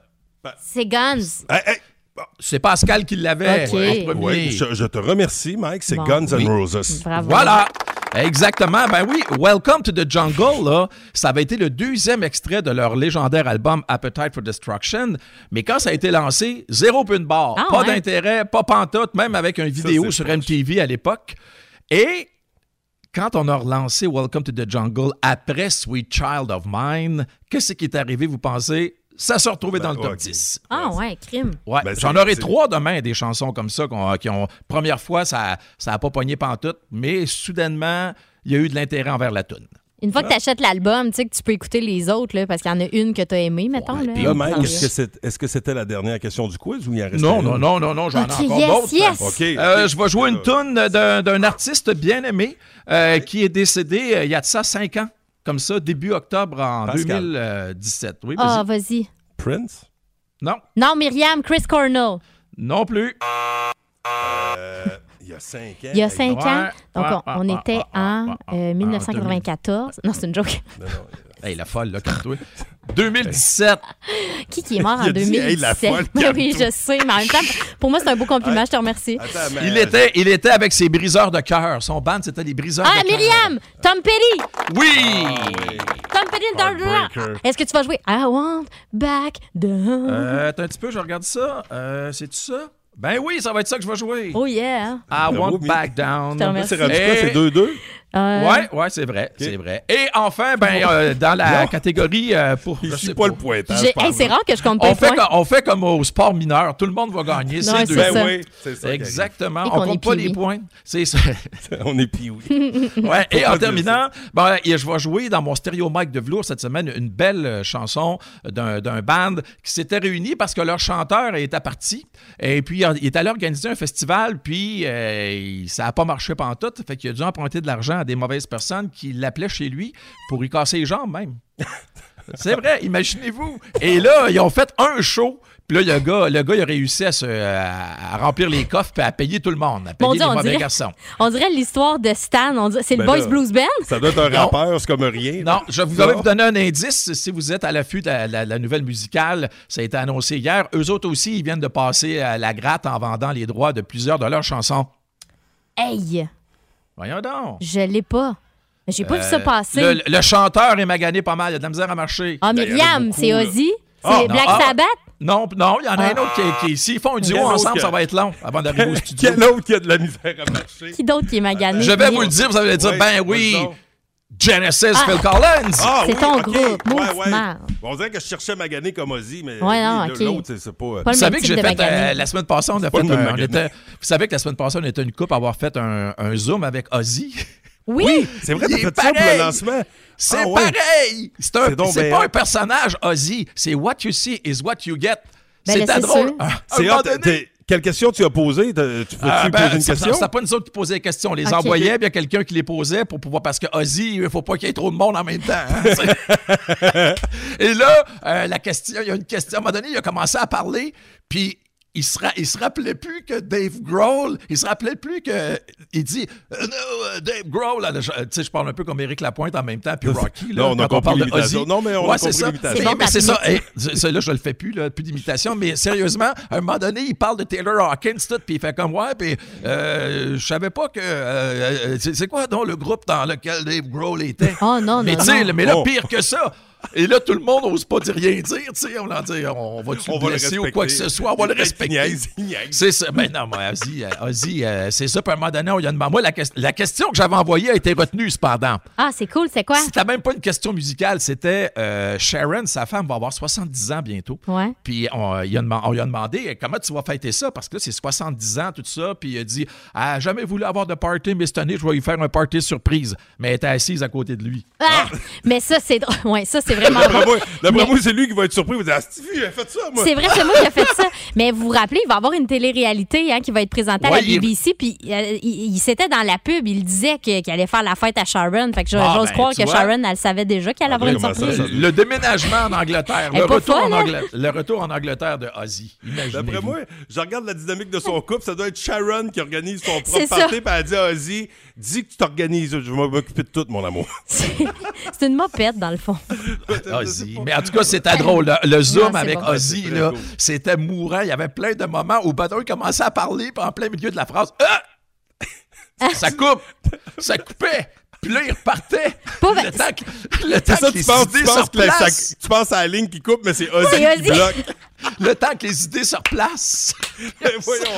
Speaker 7: C'est Guns.
Speaker 3: Eh,
Speaker 13: C'est Pascal qui l'avait
Speaker 7: Ok.
Speaker 13: en premier.
Speaker 3: Oui, je, je te remercie, Mike. C'est
Speaker 7: Bon.
Speaker 3: Guns N'
Speaker 13: Oui.
Speaker 3: Roses.
Speaker 7: Bravo.
Speaker 13: Voilà. Exactement. Ben oui, Welcome to the Jungle, là, ça avait été le deuxième extrait de leur légendaire album Appetite for Destruction. Mais quand ça a été lancé, zéro puis une barre.
Speaker 7: Ah,
Speaker 13: pas
Speaker 7: ouais.
Speaker 13: d'intérêt, pas pantoute, même avec une vidéo sur MTV à l'époque. Et quand on a relancé Welcome to the Jungle après Sweet Child of Mine, qu'est-ce qui est arrivé, vous pensez? Ça s'est retrouvé dans le top 10.
Speaker 7: Ah ouais, crime.
Speaker 13: Ouais,
Speaker 3: Ben,
Speaker 13: j'en
Speaker 3: c'est-
Speaker 13: aurai
Speaker 3: c'est-
Speaker 13: trois demain, des chansons comme ça qu'on- qui ont. Première fois, ça ça a pas pogné pantoute, mais soudainement, il y a eu de l'intérêt envers la toune.
Speaker 7: Une
Speaker 13: Ah.
Speaker 7: fois que tu achètes l'album, tu sais que tu peux écouter les autres là, parce qu'il y en a une que tu as aimée, mettons. là.
Speaker 3: Là, Mike, est-ce
Speaker 7: Ça
Speaker 3: que
Speaker 7: revient.
Speaker 3: c'est- est-ce que c'était la dernière question du quiz ou il en restait
Speaker 13: Non,
Speaker 3: une?
Speaker 13: non, non, non, non, j'en
Speaker 7: Ok,
Speaker 13: ai encore
Speaker 7: yes,
Speaker 13: d'autres.
Speaker 7: yes.
Speaker 3: OK.
Speaker 13: Euh, je vais jouer une toune d'un d'un artiste bien aimé euh, qui est décédé euh, il y a de ça cinq ans, comme ça, début octobre en
Speaker 3: Pascal.
Speaker 13: 2017. Oui, vas-y.
Speaker 7: Ah, vas-y.
Speaker 3: Prince?
Speaker 13: Non,
Speaker 7: Non, Myriam, Chris Cornell.
Speaker 13: non plus.
Speaker 3: Euh, Il y a cinq ans.
Speaker 7: Il y a cinq
Speaker 13: Ouais,
Speaker 7: ans. Donc,
Speaker 13: ouais,
Speaker 7: on, on
Speaker 13: ouais, Ah,
Speaker 7: était en euh, 1994. Non, c'est
Speaker 13: [LAUGHS]
Speaker 7: une joke.
Speaker 13: Hey, la folle, là, [LAUGHS] calme-toi. 2017.
Speaker 7: [LAUGHS] Qui qui est mort en
Speaker 13: Il a dit,
Speaker 7: 2017?
Speaker 13: hey, la folle,
Speaker 7: Ben [LAUGHS] oui,
Speaker 13: calme-toi.
Speaker 7: je sais, mais en même temps, pour moi, c'est un beau compliment. Je te remercie.
Speaker 3: Euh,
Speaker 13: Il était, il était avec ses briseurs de cœur. Son band, c'était les briseurs
Speaker 7: Ah,
Speaker 13: de cœur.
Speaker 7: Myriam! Tom Petty!
Speaker 13: Oui!
Speaker 3: ah,
Speaker 7: Tom Petty, dans le-
Speaker 13: Heartbreaker.
Speaker 7: Est-ce que tu vas jouer I Want Back Down?
Speaker 13: Euh, attends un petit peu, je regarde ça. Euh, C'est-tu ça? Ben oui, ça va être ça que je vais jouer.
Speaker 7: Oh yeah!
Speaker 13: I
Speaker 3: Bravo,
Speaker 13: want
Speaker 3: Mi-
Speaker 13: back down.
Speaker 7: Je te remercie.
Speaker 3: C'est rendu quoi?
Speaker 13: Et-
Speaker 3: C'est 2-2?
Speaker 7: Euh,
Speaker 13: Ouais, ouais, c'est vrai, c'est vrai. Et enfin, ben, euh, dans la catégorie euh, pour. Je
Speaker 3: suis
Speaker 13: sais
Speaker 3: pas le pointage.
Speaker 7: j'ai-
Speaker 3: par
Speaker 7: hey, c'est
Speaker 3: exemple.
Speaker 7: rare que je compte pas
Speaker 13: On
Speaker 7: les
Speaker 13: fait,
Speaker 7: points.
Speaker 13: comme, on fait comme au sport mineur, tout le monde va gagner.
Speaker 7: Ouais,
Speaker 13: C'est deux.
Speaker 7: c'est Ben ça.
Speaker 3: oui, c'est ça qui
Speaker 13: Exactement.
Speaker 7: arrive.
Speaker 13: On
Speaker 7: Et qu'on est
Speaker 13: compte pas
Speaker 7: pili.
Speaker 13: les points. C'est ça.
Speaker 3: [LAUGHS] On est pioui.
Speaker 13: [LAUGHS] Ouais, et
Speaker 3: Faut pas
Speaker 13: en
Speaker 3: dire
Speaker 13: terminant, ben, et je vais jouer dans mon stéréo mic de velours cette semaine une belle euh, chanson d'un d'un band qui s'était réuni parce que leur chanteur était parti. Et puis, il est allé organiser un festival, puis euh, il- ça n'a pas marché pantoute. Fait qu'il a dû emprunter de l'argent à des mauvaises personnes qui l'appelaient chez lui pour lui casser les jambes même. C'est vrai, imaginez-vous. Et là, ils ont fait un show. Puis là, le gars, le gars, il a réussi à, se, à, à remplir les coffres puis à payer tout le monde, à payer
Speaker 7: Mon Dieu,
Speaker 13: les
Speaker 7: on
Speaker 13: mauvais
Speaker 7: dirait-
Speaker 13: garçons.
Speaker 7: On dirait l'histoire de Stan. On dirait- C'est le
Speaker 13: Ben
Speaker 7: Boys
Speaker 13: là.
Speaker 7: Blues Band?
Speaker 3: Ça doit être un
Speaker 13: Non.
Speaker 3: rappeur, c'est comme rien.
Speaker 13: Non, je vous vais vous donner un indice si vous êtes à l'affût de la, la- la nouvelle musicale. Ça a été annoncé hier. Eux autres aussi, ils viennent de passer à la gratte en vendant les droits de plusieurs de leurs chansons.
Speaker 7: Hey!
Speaker 13: Voyons donc.
Speaker 7: Je l'ai pas. J'ai pas vu ça
Speaker 13: Euh,
Speaker 7: passer.
Speaker 13: Le, le chanteur est magané pas mal. Il a de la misère à marcher.
Speaker 7: Ah,
Speaker 13: Ben, il y en a
Speaker 7: Myriam,
Speaker 13: beaucoup,
Speaker 7: c'est
Speaker 13: là.
Speaker 7: Ozzy?
Speaker 13: Ah,
Speaker 7: C'est
Speaker 13: non,
Speaker 7: Black
Speaker 13: ah,
Speaker 7: Sabbath?
Speaker 13: Non, non, il y en a
Speaker 7: Ah.
Speaker 13: un autre qui, qui s'ils font un duo
Speaker 3: Quel autre
Speaker 13: ensemble,
Speaker 3: que-
Speaker 13: ça va être long avant d'arriver
Speaker 3: [LAUGHS]
Speaker 13: au studio.
Speaker 3: Quel autre qui a de la misère à marcher?
Speaker 7: Qui d'autre qui est magané?
Speaker 13: Je vais
Speaker 7: Myriam?
Speaker 13: vous le dire, vous allez dire,
Speaker 3: Ouais,
Speaker 13: ben oui,
Speaker 3: vas-y donc.
Speaker 13: Genesis,
Speaker 7: Ah.
Speaker 13: Phil Collins.
Speaker 3: Ah,
Speaker 7: C'est
Speaker 3: oui,
Speaker 7: ton
Speaker 3: ok.
Speaker 7: groupe,
Speaker 3: Ouais,
Speaker 7: maudite
Speaker 3: ouais.
Speaker 7: merde.
Speaker 3: On dirait que je cherchais Magané comme Ozzy, mais
Speaker 7: Ouais, non,
Speaker 3: lui,
Speaker 7: ok.
Speaker 3: l'autre, c'est- c'est pas...
Speaker 7: Pas le
Speaker 13: Vous
Speaker 7: même
Speaker 13: savez que
Speaker 7: type
Speaker 13: j'ai
Speaker 7: de
Speaker 13: fait
Speaker 7: magané.
Speaker 13: euh, la semaine passée, on a
Speaker 3: pas
Speaker 13: fait
Speaker 3: le même
Speaker 13: un- on
Speaker 3: magané.
Speaker 13: était- vous savez que la semaine passée, on était une coupe à avoir fait un, un zoom avec Ozzy.
Speaker 3: Ah
Speaker 7: Oui!
Speaker 3: C'est vrai, t'as
Speaker 13: Il est
Speaker 3: fait ça pour le
Speaker 13: pareil.
Speaker 3: lancement?
Speaker 13: C'est
Speaker 3: Ah, ouais. ben, hein.
Speaker 13: pareil! C'est un-
Speaker 3: C'est donc
Speaker 13: c'est
Speaker 3: bien
Speaker 13: pas
Speaker 3: hot.
Speaker 13: un personnage, Ozzy. C'est what you see is what you get.
Speaker 7: Ben là,
Speaker 13: c'est
Speaker 7: c'est
Speaker 13: ta drôle.
Speaker 7: sûr.
Speaker 13: Ah, à un
Speaker 3: C'est
Speaker 13: moment
Speaker 3: hot.
Speaker 13: donné-
Speaker 3: T'es- Quelle question tu as posée? T'as- Tu peux-tu
Speaker 13: Ah, ben,
Speaker 3: poser une
Speaker 13: ça-
Speaker 3: question?
Speaker 13: ça- C'est pas nous autres qui posaient les questions. On les
Speaker 7: Ok.
Speaker 13: envoyait, puis il y a quelqu'un qui les posait pour pouvoir. Parce que Ozzy, il faut pas qu'il y ait trop de monde en même temps. hein, tu [LAUGHS] sais. Et là, euh, la question, il y a une question. À un moment donné, il a commencé à parler, puis il se, ra- il se rappelait plus que Dave Grohl, il se rappelait plus que. Il dit euh, no, euh, Dave Grohl, là, je- euh, tu sais, je parle un peu comme Éric Lapointe en même temps,
Speaker 3: [LAUGHS]
Speaker 13: puis Rocky. Là,
Speaker 3: Non, on a
Speaker 13: quand
Speaker 3: compris
Speaker 13: parle de
Speaker 3: l'imitation.
Speaker 13: Ozzy.
Speaker 3: Non, mais on a
Speaker 13: Ouais, c'est
Speaker 3: compris
Speaker 13: ça.
Speaker 3: l'imitation.
Speaker 13: C'est
Speaker 3: bon,
Speaker 13: bon, mais
Speaker 3: t'as
Speaker 13: c'est
Speaker 3: fini.
Speaker 13: ça. Hey, c- ça, là, je le fais plus, là, plus d'imitation, mais sérieusement, à un moment donné, il parle de Taylor Hawkins, tout, puis il fait comme Ouais, puis euh, je savais pas que. euh, euh, c'est c'est quoi, donc, le groupe dans lequel Dave Grohl était
Speaker 7: Oh non,
Speaker 13: Mais
Speaker 7: non,
Speaker 13: tu sais,
Speaker 7: non.
Speaker 13: le- mais là,
Speaker 7: Oh.
Speaker 13: pire que ça. Et là, tout le monde n'ose pas dire rien dire, tu sais. On leur dit, on va-tu
Speaker 3: On
Speaker 13: le
Speaker 3: va le
Speaker 13: blesser ou
Speaker 3: respecter.
Speaker 13: quoi que ce soit, on va le
Speaker 3: Il
Speaker 13: respecter.
Speaker 3: [LAUGHS] niaise, il niaise.
Speaker 13: C'est ça. Mais non, mais Ozzy, euh, Ozzy, euh, c'est ça. Puis à un moment donné, on lui a demandé. Moi, la, que- la question que j'avais envoyée a été retenue, cependant.
Speaker 7: Ah, c'est cool, c'est quoi?
Speaker 13: C'était même pas une question musicale. C'était euh, Sharon, sa femme, va avoir 70 ans bientôt.
Speaker 7: Ouais.
Speaker 13: Puis on, il a demand- on lui a demandé euh, comment tu vas fêter ça, parce que là, c'est 70 ans, tout ça. Puis il a dit Ah, jamais voulu avoir de party, mais cette année, je vais lui faire un party surprise. Mais elle était assise à côté de lui.
Speaker 7: Ah! Mais ça, c'est drôle. Ouais, ça,
Speaker 13: [LAUGHS]
Speaker 7: c'est vraiment
Speaker 3: D'après
Speaker 7: drôle.
Speaker 3: moi, d'après moi, c'est lui qui va être surpris. Il va dire Ah, Stevie, il a fait ça, moi.
Speaker 7: C'est vrai, c'est moi qui ai fait ça. Mais vous vous rappelez, il va y avoir une télé-réalité hein, qui va être présentée à
Speaker 3: Ouais,
Speaker 7: la
Speaker 3: il-
Speaker 7: BBC. Puis euh, il, il s'était dans la pub, il disait que- qu'il allait faire la fête à Sharon. Fait que j'ose
Speaker 13: Ah, ben,
Speaker 7: croire
Speaker 13: tu
Speaker 7: que
Speaker 13: vois. Ah,
Speaker 7: Sharon, elle savait déjà qu'elle allait avoir une surprise.
Speaker 13: Le déménagement en Angleterre,
Speaker 7: Elle est
Speaker 13: le
Speaker 7: pas
Speaker 13: retour,
Speaker 7: folle,
Speaker 13: en
Speaker 7: hein?
Speaker 13: Angleterre le retour en Angleterre de Ozzy.
Speaker 3: D'après
Speaker 13: Imaginez-vous.
Speaker 3: moi, je regarde la dynamique de son couple. Ça doit être Sharon qui organise son propre
Speaker 7: C'est ça.
Speaker 3: party. Puis elle dit à Ozzy, dis que tu t'organises. Je vais m'occuper de tout, mon amour.
Speaker 7: [LAUGHS]
Speaker 3: [LAUGHS]
Speaker 7: C'est une mopette, dans le fond.
Speaker 13: Ozzy. Mais en tout cas, c'était drôle. Le, le
Speaker 7: Non,
Speaker 13: zoom
Speaker 7: c'est
Speaker 13: avec
Speaker 7: bon.
Speaker 13: Ozzy, là, c'était mourant. Il y avait plein de moments où Bateau commençait à parler, puis en plein milieu de la phrase, Ah!
Speaker 7: Ah!
Speaker 13: ça coupe, ça coupait. Puis là, il repartait. le temps que, le temps
Speaker 3: C'est ça,
Speaker 13: que
Speaker 3: tu
Speaker 13: les
Speaker 3: penses, tu
Speaker 13: idées se
Speaker 3: penses que la- ça-
Speaker 13: replacent.
Speaker 3: tu penses à la ligne qui coupe, mais c'est Ozzy
Speaker 13: C'est
Speaker 3: qui
Speaker 13: Ozzy.
Speaker 7: [LAUGHS]
Speaker 3: bloque. [LAUGHS]
Speaker 13: Le temps que les idées se replacent.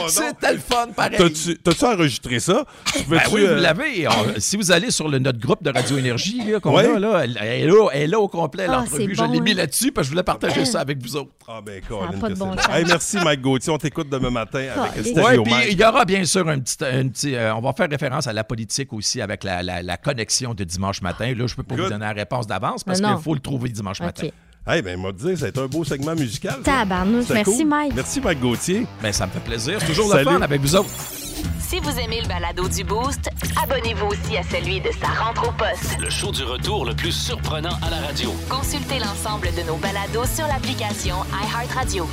Speaker 13: C'était le fun, pareil.
Speaker 3: T'as-tu t'as-tu enregistré ça?
Speaker 13: Ben
Speaker 3: Veux-tu,
Speaker 13: oui, vous
Speaker 3: euh,
Speaker 13: l'avez. On- si vous allez sur le- notre groupe de Radio Énergie là, qu'on
Speaker 3: Ouais.
Speaker 13: a, là, elle, elle est là, elle est là au complet,
Speaker 3: Ah,
Speaker 13: l'entrevue.
Speaker 3: c'est
Speaker 13: je l'ai
Speaker 3: bon,
Speaker 13: mis
Speaker 3: hein.
Speaker 13: là-dessus parce que je voulais partager ça avec vous autres.
Speaker 3: Ah ben,
Speaker 13: a
Speaker 3: Colin,
Speaker 13: pas de
Speaker 3: que
Speaker 13: bon
Speaker 3: c'est
Speaker 13: sens.
Speaker 3: Hey, merci, Mike Gauthier. On t'écoute demain matin avec
Speaker 13: Ouais,
Speaker 3: Stéphane
Speaker 13: puis il y aura bien sûr un petit, un petit, euh, on va faire référence à la politique aussi avec la, la- la connexion de dimanche matin. Là, je peux pas vous
Speaker 3: Good.
Speaker 13: donner la réponse d'avance parce
Speaker 7: Mais non.
Speaker 13: qu'il faut le trouver dimanche
Speaker 7: Ok.
Speaker 13: matin.
Speaker 3: Hey, ben, m'a dit, ça a été un beau segment musical. ça.
Speaker 7: Tabarnouche,
Speaker 3: C'était
Speaker 7: merci, Mike.
Speaker 3: Merci, Mike Gauthier.
Speaker 13: Ben, ça me fait plaisir. C'est toujours
Speaker 3: Salut.
Speaker 13: le fun avec vous autres.
Speaker 1: Si vous aimez le balado du Boost, abonnez-vous aussi à celui de sa rentre au poste.
Speaker 2: Le show du retour le plus surprenant à la radio.
Speaker 1: Consultez l'ensemble de nos balados sur l'application iHeartRadio.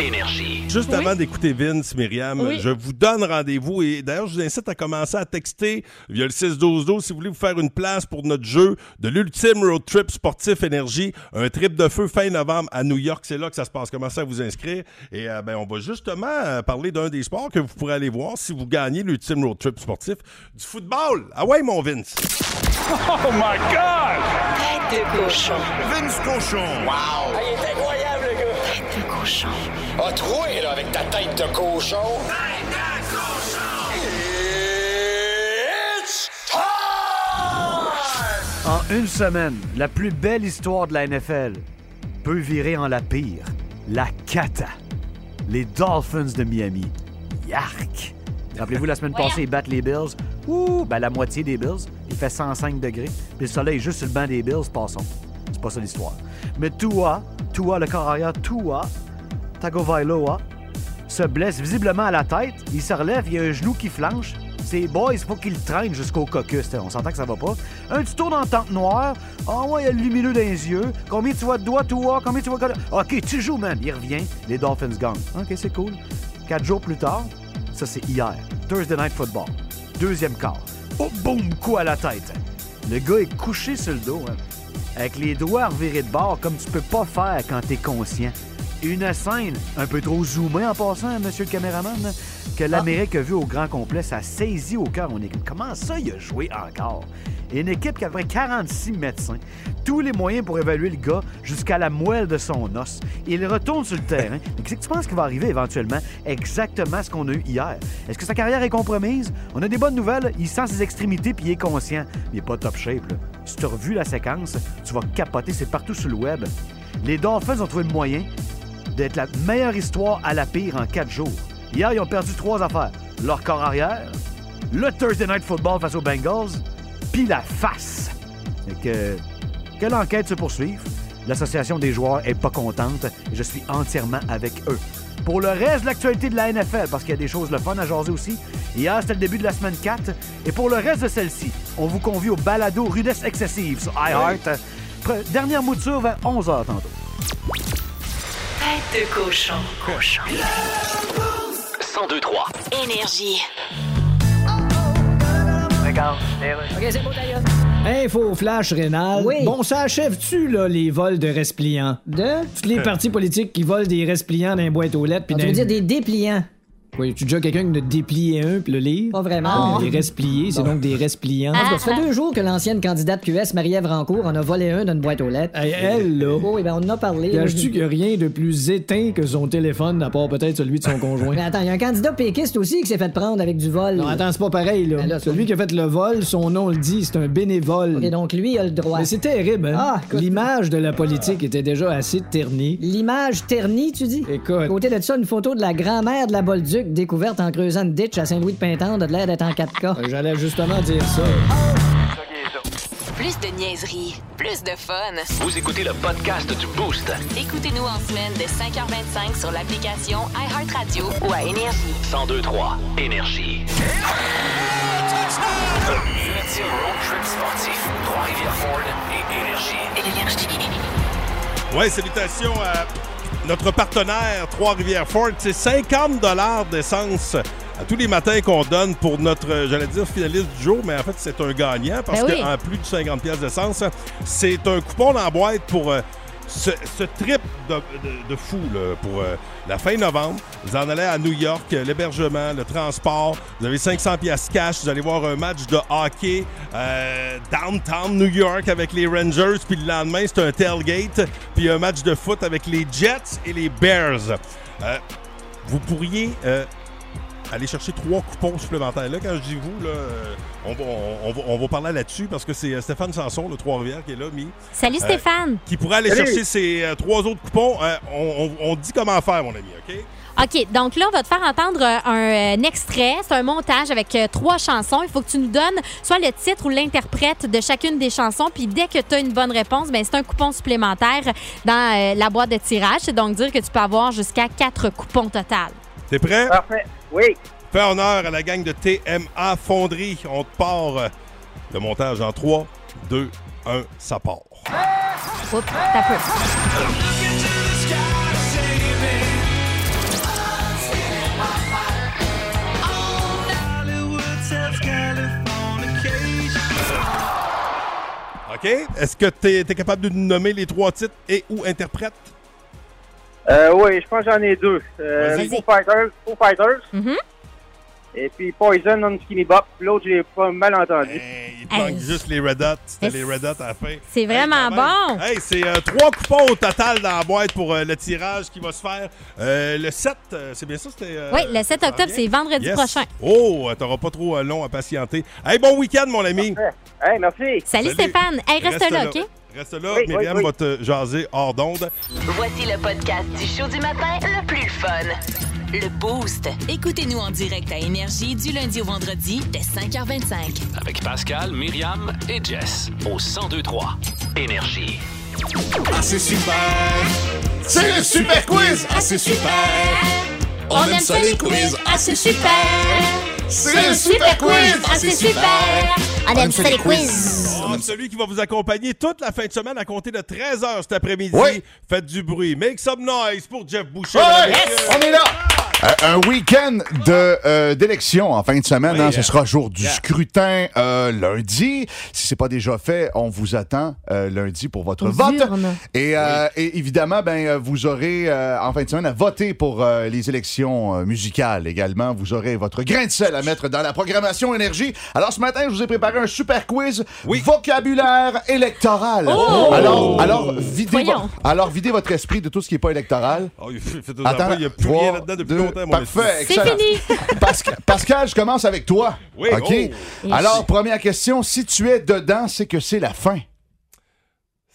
Speaker 2: Énergie.
Speaker 3: Juste avant d'écouter Vince, Myriam,
Speaker 2: Oui.
Speaker 3: je vous donne rendez-vous et d'ailleurs, je vous incite à commencer à texter via le 6-12-12 si vous voulez vous faire une place pour notre jeu de l'ultime road trip sportif énergie, un trip de feu fin novembre à New York. C'est là que ça se passe. Commencez à vous inscrire et euh, ben, on va justement euh, parler d'un des sports que vous pourrez aller voir si vous gagnez l'ultime road trip sportif du football. Ah ouais, mon Vince!
Speaker 14: Oh my God! Tête de cochon.
Speaker 3: Vince cochon.
Speaker 14: Wow! il est incroyable, le gars! Tête de cochon. A troué, là, avec ta tête de cochon. Tête de cochon! It's time!
Speaker 15: En une semaine, la plus belle histoire de la NFL peut virer en la pire. La cata. Les Dolphins de Miami. Yark! Rappelez-vous, la semaine passée, ils battent les Bills. Ouh, ben la moitié des Bills. Il fait 105 degrés. Puis le soleil est juste sur le banc des Bills. Passons. C'est pas ça l'histoire. Mais Tua, Tua, le corps arrière, Tua, Tagovailoa, se blesse visiblement à la tête. Il se relève, il y a un genou qui flanche. C'est boys, faut qu'il traîne jusqu'au caucus. là. On s'entend que ça va pas. Un petit tour dans la tente noire. Ah ouais, il y a le lumineux dans les yeux. Combien tu vois de doigts, toi? Combien tu vois de... OK, tu joues, man. Il revient. Les Dolphins gagnent. OK, c'est cool. Quatre jours plus tard, ça c'est hier. Thursday Night Football. Deuxième quart. Oh, boum, coup à la tête. Le gars est couché sur le dos. hein. Avec les doigts revirés de bord, comme tu peux pas faire quand t'es conscient. Une scène un peu trop zoomée en passant, hein, monsieur le caméraman, hein, que l'Amérique a vu au grand complet, ça saisit au cœur. On est comme, comment ça, il a joué encore? Une équipe qui avait 46 médecins, tous les moyens pour évaluer le gars jusqu'à la moelle de son os. Il retourne sur le terrain. Mais qu'est-ce que tu penses qui va arriver éventuellement? Exactement ce qu'on a eu hier. Est-ce que sa carrière est compromise? On a des bonnes nouvelles. Il sent ses extrémités puis il est conscient. Il est pas top shape, là. Si tu as revu la séquence, tu vas capoter. C'est partout sur le web. Les Dolphins ont trouvé le moyen d'être la meilleure histoire à la pire en quatre jours. Hier, ils ont perdu trois affaires. Leur corps arrière, le Thursday Night Football face aux Bengals, puis la face. Fait que, que l'enquête se poursuive. L'association des joueurs est pas contente et je suis entièrement avec eux. Pour le reste de l'actualité de la NFL, parce qu'il y a des choses le fun à jaser aussi, hier c'était le début de la semaine 4, et pour le reste de celle-ci, on vous convie au balado Rudesse Excessive sur iHeart. Pre- Dernière mouture vers 11h tantôt.
Speaker 1: Tête de cochon. Cochon.
Speaker 2: 1023
Speaker 1: Énergie.
Speaker 12: Regarde,
Speaker 5: Ok, c'est beau, d'ailleurs.
Speaker 4: Info flash rénal.
Speaker 5: Oui.
Speaker 4: Bon, ça achève-tu, là, les vols de respliants?
Speaker 5: De?
Speaker 4: Toutes les partis politiques qui volent des respliants dans les boîtes aux lettres. puis
Speaker 5: Ah, Euh. tu
Speaker 4: dans-
Speaker 5: veux dire des dépliants.
Speaker 4: Oui, tu déjà quelqu'un qui ne dépliait un puis le lire? Pas
Speaker 5: vraiment.
Speaker 4: Des respliés, c'est donc des respliants.
Speaker 15: Ah,
Speaker 5: En tout
Speaker 7: Ah,
Speaker 5: cas, ça fait deux jours que l'ancienne candidate QS, Marie-Ève Rancourt, en a volé un d'une boîte aux lettres.
Speaker 4: elle, là.
Speaker 5: [LAUGHS] Oui, ben on en a parlé.
Speaker 4: Gages-tu qu'il n'y a rien de plus éteint que son téléphone, à part peut-être celui de son conjoint?
Speaker 5: [LAUGHS] Mais attends, il y a un candidat péquiste aussi qui s'est fait prendre avec du vol.
Speaker 4: Non, attends, c'est pas pareil, là. Celui qui a fait le vol, son nom le dit, c'est un bénévole. Et
Speaker 5: donc lui, il a le droit.
Speaker 4: Mais c'est terrible, hein?
Speaker 5: Ah, écoute.
Speaker 4: L'image de la politique était déjà assez ternie.
Speaker 5: L'image ternie, tu dis?
Speaker 4: Écoute.
Speaker 5: À côté de ça, une photo de la grand-mère de la Bolduc découverte en creusant une ditch à Saint-Louis-de-Pintan, de l'air d'être en 4K.
Speaker 4: Ben, J'allais justement dire ça.
Speaker 1: Plus de niaiserie, plus de fun.
Speaker 2: Vous écoutez le podcast du Boost.
Speaker 1: Écoutez-nous en semaine de 5h25 sur l'application iHeartRadio ou à Énergie.
Speaker 2: 1023 Énergie. Ultime road trip sportif. Trois-Rivières Ford et Énergie.
Speaker 3: Ouais, salutations à notre partenaire Trois-Rivières Ford. C'est 50 d'essence à tous les matins qu'on donne pour notre, euh, j'allais dire, finaliste du jour, mais en fait, c'est un gagnant parce
Speaker 2: Ben oui.
Speaker 3: qu'en plus de 50 pièces d'essence, hein, c'est un coupon dans la boîte pour euh, ce, ce trip de, de- de fou là, pour euh, la fin novembre. Vous en allez à New York, euh, l'hébergement, le transport. Vous avez 500 pièces cash. Vous allez voir un match de hockey euh, downtown New York avec les Rangers. Puis le lendemain, c'est un tailgate. Puis un match de foot avec les Jets et les Bears. Euh, vous pourriez euh, aller chercher trois coupons supplémentaires. Là, quand je dis vous, là, euh, on, va- on va- on va parler là-dessus parce que c'est euh, Stéphane Sanson, le Trois-Rivières, qui est là, mis.
Speaker 7: Salut,
Speaker 3: Euh,
Speaker 7: Stéphane.
Speaker 3: qui pourrait aller
Speaker 7: Salut.
Speaker 3: chercher ces euh, trois autres coupons. Euh, on, on- on dit comment faire, mon ami, OK?
Speaker 7: OK, donc là, on va te faire entendre euh, un, euh, un extrait. C'est un montage avec euh, trois chansons. Il faut que tu nous donnes soit le titre ou l'interprète de chacune des chansons. Puis dès que tu as une bonne réponse, ben, c'est un coupon supplémentaire dans euh, la boîte de tirage. C'est donc dire que tu peux avoir jusqu'à quatre coupons total.
Speaker 3: T'es prêt?
Speaker 15: Ah.
Speaker 12: Parfait. Oui.
Speaker 3: Fais honneur à la gang de TMA Fonderie. On te part euh, le montage en 3, 2, 1, ça part.
Speaker 7: Oups, t'as peu.
Speaker 3: OK? Est-ce que t'es es capable de nous nommer les trois titres et ou interprètes?
Speaker 12: Euh, oui, je pense que j'en ai deux. Euh,
Speaker 3: Vas-y.
Speaker 12: Foo Fighters, Foo Fighters. Et puis Poison on Skinny Bop. L'autre, j'ai pas mal entendu.
Speaker 3: Ben, Il te manque juste les Red Hot. C'était les Red Hot à la fin.
Speaker 7: C'est vraiment bon.
Speaker 3: Hey, c'est euh, trois coupons au total dans la boîte pour euh, le tirage qui va se faire euh, le 7. euh, c'est bien ça? C'était, euh,
Speaker 7: oui, le 7
Speaker 3: ça
Speaker 7: octobre,
Speaker 3: revient?
Speaker 7: c'est vendredi
Speaker 3: Yes.
Speaker 7: prochain.
Speaker 3: Oh, euh, t'auras pas trop euh, long à patienter. Hey, bon week-end, mon ami.
Speaker 12: Hey, merci.
Speaker 7: Salut, Stéphane. Hey, reste, là, OK?
Speaker 3: Reste là,
Speaker 12: Oui, oui,
Speaker 3: Myriam
Speaker 12: oui. Oh,
Speaker 3: va te jaser hors d'onde.
Speaker 1: Voici le podcast du show du matin le plus fun. Le Boost. Écoutez-nous en direct à Énergie du lundi au vendredi dès 5h25.
Speaker 2: Avec Pascal, Myriam et Jess. Au 1023 Énergie.
Speaker 14: Ah, c'est super! C'est le super quiz! Ah, c'est super! On, aime ça les quiz! Ah, c'est super! C'est le super quiz! Ah, c'est super!
Speaker 3: On aime ça les quiz. On aime Ah, celui qui va vous accompagner toute la fin de semaine à compter de 13h cet après-midi. Faites du bruruit. Make some noise pour Jeff Boucher.
Speaker 14: Ouais,
Speaker 3: mesdames et messieurs.
Speaker 14: on est là!
Speaker 16: Euh, un week-end de, euh, d'élection en fin de semaine.
Speaker 14: Oui,
Speaker 16: hein.
Speaker 14: euh,
Speaker 16: ce sera jour du scrutin euh, lundi. Si c'est pas déjà fait, on vous attend euh, lundi pour votre
Speaker 14: Aux
Speaker 16: vote.
Speaker 14: urnes.
Speaker 16: Et, euh, et évidemment, ben, euh, vous aurez euh, en fin de semaine à voter pour euh, les élections euh, musicales également. Vous aurez votre grain de sel à mettre dans la programmation énergie. Alors ce matin, je vous ai préparé un super quiz vocabulaire électoral.
Speaker 14: Oh!
Speaker 16: Alors, alors, videz
Speaker 14: Voyons.
Speaker 16: vo- alors videz votre esprit de tout ce qui n'est pas électoral.
Speaker 3: Oh, il fait- fait-
Speaker 16: Attends,
Speaker 3: il n'y a plus
Speaker 16: trois,
Speaker 3: rien là-dedans depuis
Speaker 16: deux,
Speaker 3: longtemps, mon
Speaker 16: parfait,
Speaker 3: esti.
Speaker 16: excellent. Pascal, Pascal, je commence avec toi.
Speaker 3: Oui,
Speaker 16: OK?
Speaker 3: oh.
Speaker 16: Alors, première question. Si tu es dedans, c'est que c'est la fin.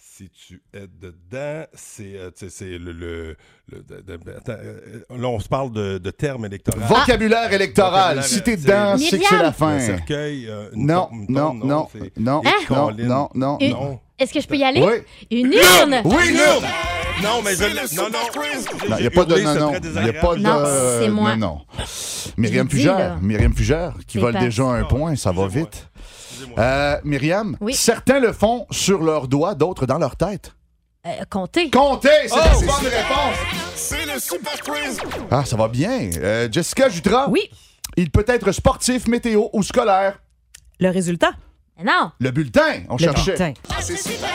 Speaker 3: Si tu es dedans, c'est euh, tu sais, c'est le. le- le- de- de- attends, euh, là, on se parle de, de termes électoraux.
Speaker 16: Vocabulaire électoral.
Speaker 3: Vocabulaire,
Speaker 16: si t'es
Speaker 3: euh,
Speaker 16: dedans, c'est que c'est la fin.
Speaker 3: Un cercueil, euh, une
Speaker 16: Non,
Speaker 3: tombe,
Speaker 16: non,
Speaker 3: tombe,
Speaker 16: non,
Speaker 3: c'est-
Speaker 16: non,
Speaker 3: Hein?
Speaker 16: non,
Speaker 3: Colline.
Speaker 16: non, non,
Speaker 7: Une-
Speaker 16: non.
Speaker 7: Est-ce que je peux y aller?
Speaker 16: Oui.
Speaker 7: Une urne!
Speaker 16: Oui, l'urne!
Speaker 3: Non, mais je l'ai- Non, non.
Speaker 16: Non, il
Speaker 3: J'ai
Speaker 16: n'y a pas de.
Speaker 3: hurlé,
Speaker 16: Non,
Speaker 3: c'est
Speaker 16: non.
Speaker 3: très
Speaker 16: Il n'y a pas de.
Speaker 7: désagréable. Non, c'est moi.
Speaker 16: euh, Non, non. Myriam
Speaker 7: Je vous dis, là.
Speaker 16: Fugère. Myriam Fugère, qui
Speaker 7: C'est
Speaker 16: vole
Speaker 7: pas-
Speaker 16: déjà un point, ça va vite. Euh, Myriam, certains le font sur leurs doigts, d'autres dans leur tête.
Speaker 7: Euh, compter.
Speaker 16: Compter, c'est
Speaker 14: Oh,
Speaker 16: c'est-
Speaker 14: bonne réponse! C'est le super quiz!
Speaker 16: Ah, ça va bien. Euh, Jessica Jutra. Oui. Il peut être sportif, météo ou scolaire.
Speaker 10: Le résultat?
Speaker 7: Non.
Speaker 16: Le bulletin, on
Speaker 10: Le
Speaker 16: cherchait.
Speaker 10: bulletin.
Speaker 14: Ah, c'est super!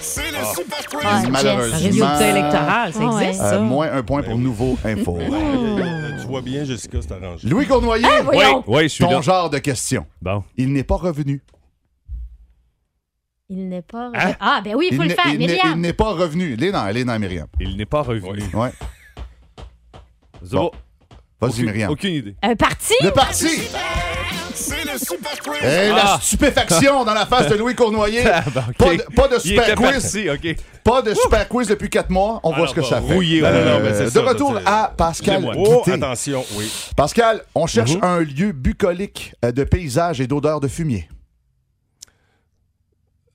Speaker 14: C'est le super quiz!
Speaker 10: Ah, Jess.
Speaker 16: Malheureusement.
Speaker 10: Résultat électoral,
Speaker 7: Ah, Oh,
Speaker 10: ça
Speaker 16: Euh,
Speaker 10: existe, ça?
Speaker 16: moins un point pour
Speaker 17: Ben
Speaker 16: Nouveau
Speaker 17: [LAUGHS]
Speaker 16: Info.
Speaker 3: Tu vois bien, Jessica, c'est arrangé.
Speaker 16: Louis Cournoyer,
Speaker 3: Hein, voyons. Oui, oui, je suis
Speaker 16: ton
Speaker 3: là.
Speaker 16: genre de question.
Speaker 17: Bon.
Speaker 16: Il n'est pas revenu.
Speaker 7: Il n'est pas.
Speaker 16: Hein?
Speaker 7: Ah, ben oui, il faut le
Speaker 16: n'est-
Speaker 7: faire,
Speaker 16: il n'est- Il
Speaker 7: Myriam.
Speaker 16: n'est pas revenu. Il est dans, il est dans Myriam.
Speaker 17: Il n'est pas revenu.
Speaker 16: Ouais.
Speaker 17: Zéro.
Speaker 16: Vas-y,
Speaker 17: Aucune-
Speaker 16: Myriam.
Speaker 17: Aucune idée.
Speaker 7: Un parti?
Speaker 16: Le parti!
Speaker 14: C'est le super quiz!
Speaker 16: Et la stupéfaction dans la face de Louis Cournoyer.
Speaker 17: [LAUGHS] Ah, ben, ok.
Speaker 16: pas, de, pas de
Speaker 17: Il
Speaker 16: super
Speaker 17: était
Speaker 16: quiz.
Speaker 17: parti, ok.
Speaker 16: Pas de super quiz depuis 4 mois. On voit
Speaker 17: Alors,
Speaker 16: ce que
Speaker 17: bah,
Speaker 16: ça fait.
Speaker 3: oh
Speaker 17: rouillé,
Speaker 16: Euh,
Speaker 17: ouais, non, non, mais c'est
Speaker 16: de
Speaker 17: ça, ça,
Speaker 16: retour
Speaker 17: c'est-
Speaker 16: à Pascal.
Speaker 3: Excusez-moi. Oh,
Speaker 16: Guité.
Speaker 3: attention, oui. Mhm.
Speaker 16: Pascal, on cherche un lieu bucolique euh, de paysages et d'odeurs de fumier.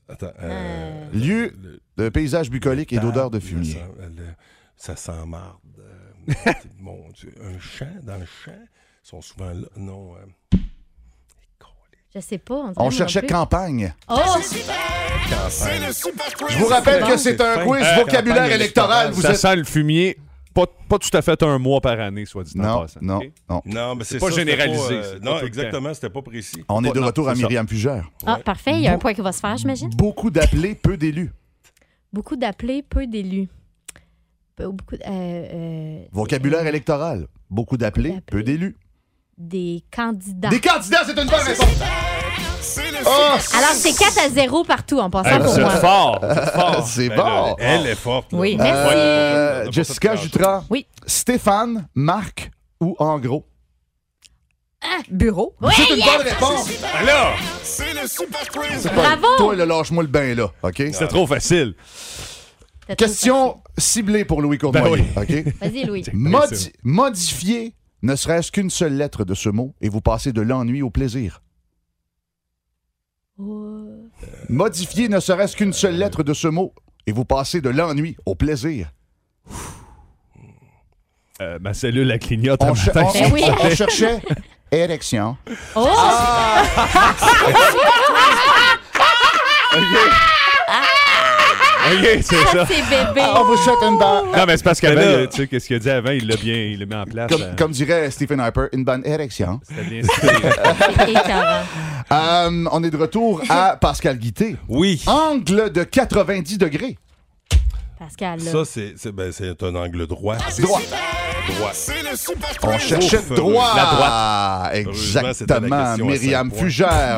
Speaker 3: Attends, euh,
Speaker 16: Lieu de paysages bucoliques et d'odeurs de fumier.
Speaker 3: Ça, euh, le- ça sent marde. euh,
Speaker 16: [LAUGHS]
Speaker 3: Mon Dieu, un champ, dans le champ, ils sont souvent là. Non. euh,
Speaker 7: Je sais pas. dirait
Speaker 16: On
Speaker 7: moi
Speaker 16: cherchait
Speaker 7: non plus.
Speaker 16: campagne.
Speaker 7: Oh!
Speaker 14: Ah, C'est le super quiz!
Speaker 16: Je vous rappelle
Speaker 17: Bon.
Speaker 16: que c'est un
Speaker 17: Fin.
Speaker 16: quiz
Speaker 17: Euh,
Speaker 16: vocabulaire
Speaker 17: campagne
Speaker 16: électoral. Vous
Speaker 17: ça
Speaker 16: êtes...
Speaker 17: sent le fumier. Pas, pas tout à fait un mois par année, soit dit en
Speaker 16: Non,
Speaker 17: passant.
Speaker 16: non,
Speaker 17: Ok?
Speaker 16: non.
Speaker 3: Non, mais c'est
Speaker 17: pas
Speaker 3: ça, c'était
Speaker 17: généralisé,
Speaker 3: pas, euh,
Speaker 17: c'est pas tout
Speaker 3: non,
Speaker 17: le
Speaker 3: exactement, c'était pas précis.
Speaker 16: On est
Speaker 3: Pas-
Speaker 16: de
Speaker 3: non,
Speaker 16: retour à
Speaker 3: c'est ça.
Speaker 16: Myriam Pugère.
Speaker 7: Ah, parfait, il y a un point qui va se faire, j'imagine.
Speaker 16: Beaucoup d'appelés, peu d'élus.
Speaker 7: Beaucoup d'appelés, peu d'élus. Peu- Beaucoup. d- euh, euh,
Speaker 16: Vocabulaire électoral. Beaucoup d'appelés, peu d'élus.
Speaker 7: des candidats.
Speaker 16: Des candidats, c'est une bonne
Speaker 17: Ah,
Speaker 16: réponse.
Speaker 7: Alors, c'est 4 à 0 partout en passant pour moi.
Speaker 16: C'est
Speaker 3: Ben,
Speaker 16: bon.
Speaker 3: Elle, elle est forte. là.
Speaker 7: Oui,
Speaker 3: Ouais,
Speaker 7: merci.
Speaker 16: Euh,
Speaker 3: ouais, ouais,
Speaker 16: Jessica
Speaker 3: ouais, ouais.
Speaker 16: Jutras. Oui. Stéphane, Marc ou en gros?
Speaker 10: Bureau.
Speaker 16: c'est une bonne réponse.
Speaker 17: Alors,
Speaker 14: C'est le super quiz!
Speaker 16: C'est pas- Toi, là, lâche-moi le bain, là. OK?
Speaker 17: c'est trop facile.
Speaker 16: Question ciblée pour Louis
Speaker 17: Ben
Speaker 16: Cournoyer. OK?
Speaker 7: Vas-y, Louis.
Speaker 16: Modi- modifier ne serait-ce qu'une seule lettre de ce mot et vous passez de l'ennui au plaisir. Modifier ne serait-ce qu'une seule lettre de ce mot et vous passez de l'ennui au plaisir.
Speaker 17: Euh, ma cellule, la clignote.
Speaker 16: On,
Speaker 17: un
Speaker 16: cher-
Speaker 17: matin.
Speaker 16: on-
Speaker 15: Eh
Speaker 17: [LAUGHS]
Speaker 16: on cherchait érection.
Speaker 7: Oh!
Speaker 17: OK, c'est ça.
Speaker 7: c'est bébé.
Speaker 16: On vous souhaite une bonne...
Speaker 17: Non, mais c'est parce
Speaker 16: Mais là-
Speaker 17: qu'avant, tu sais, qu'est-ce qu'il a dit avant, il l'a bien il l'a mis en place.
Speaker 16: Comme,
Speaker 17: euh,
Speaker 16: comme dirait Stephen Harper, une bonne érection.
Speaker 17: c'était bien cité.
Speaker 7: Écœurant.
Speaker 16: Euh, on est de retour à Pascal Guité.
Speaker 3: Oui.
Speaker 16: Angle de 90 degrés.
Speaker 7: Pascal, là.
Speaker 3: Ça, c'est c'est- ben, c'est un angle droit.
Speaker 16: Ah, Droit.
Speaker 3: Droit.
Speaker 14: C'est le super quiz!
Speaker 16: On cherchait
Speaker 3: Ouf,
Speaker 16: droit. Ah,
Speaker 3: la
Speaker 15: [LAUGHS]
Speaker 3: droite. Heureusement, c'était la
Speaker 16: Exactement.
Speaker 3: question à
Speaker 16: Myriam
Speaker 3: cinq points.
Speaker 16: Fugère.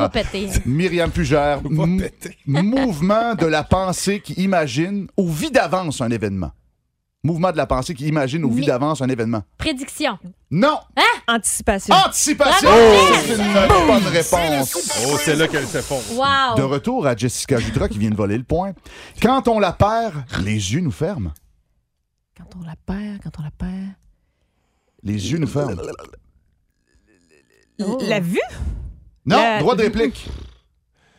Speaker 3: [LAUGHS]
Speaker 7: va péter.
Speaker 16: Myriam
Speaker 17: [LAUGHS]
Speaker 16: Fugère. m- Mouvement de la pensée qui imagine ou vit d'avance un événement. Mouvement de la pensée qui imagine ou vit
Speaker 7: Mi-
Speaker 16: d'avance un événement.
Speaker 7: Prédiction.
Speaker 16: Non.
Speaker 10: Anticipation.
Speaker 16: Hein? Anticipation. Ah!
Speaker 7: Bravo,
Speaker 16: C'est une bonne réponse.
Speaker 3: Oh, c'est là qu'elle s'effondre.
Speaker 16: De
Speaker 7: Wow!
Speaker 16: retour à Jessica Jutra qui vient de voler le point. Quand on la perd, les yeux nous ferment.
Speaker 10: Quand on la perd, quand on la perd.
Speaker 16: Les yeux nous ferment.
Speaker 10: La vue?
Speaker 16: Non,
Speaker 10: La-
Speaker 16: droit de réplique.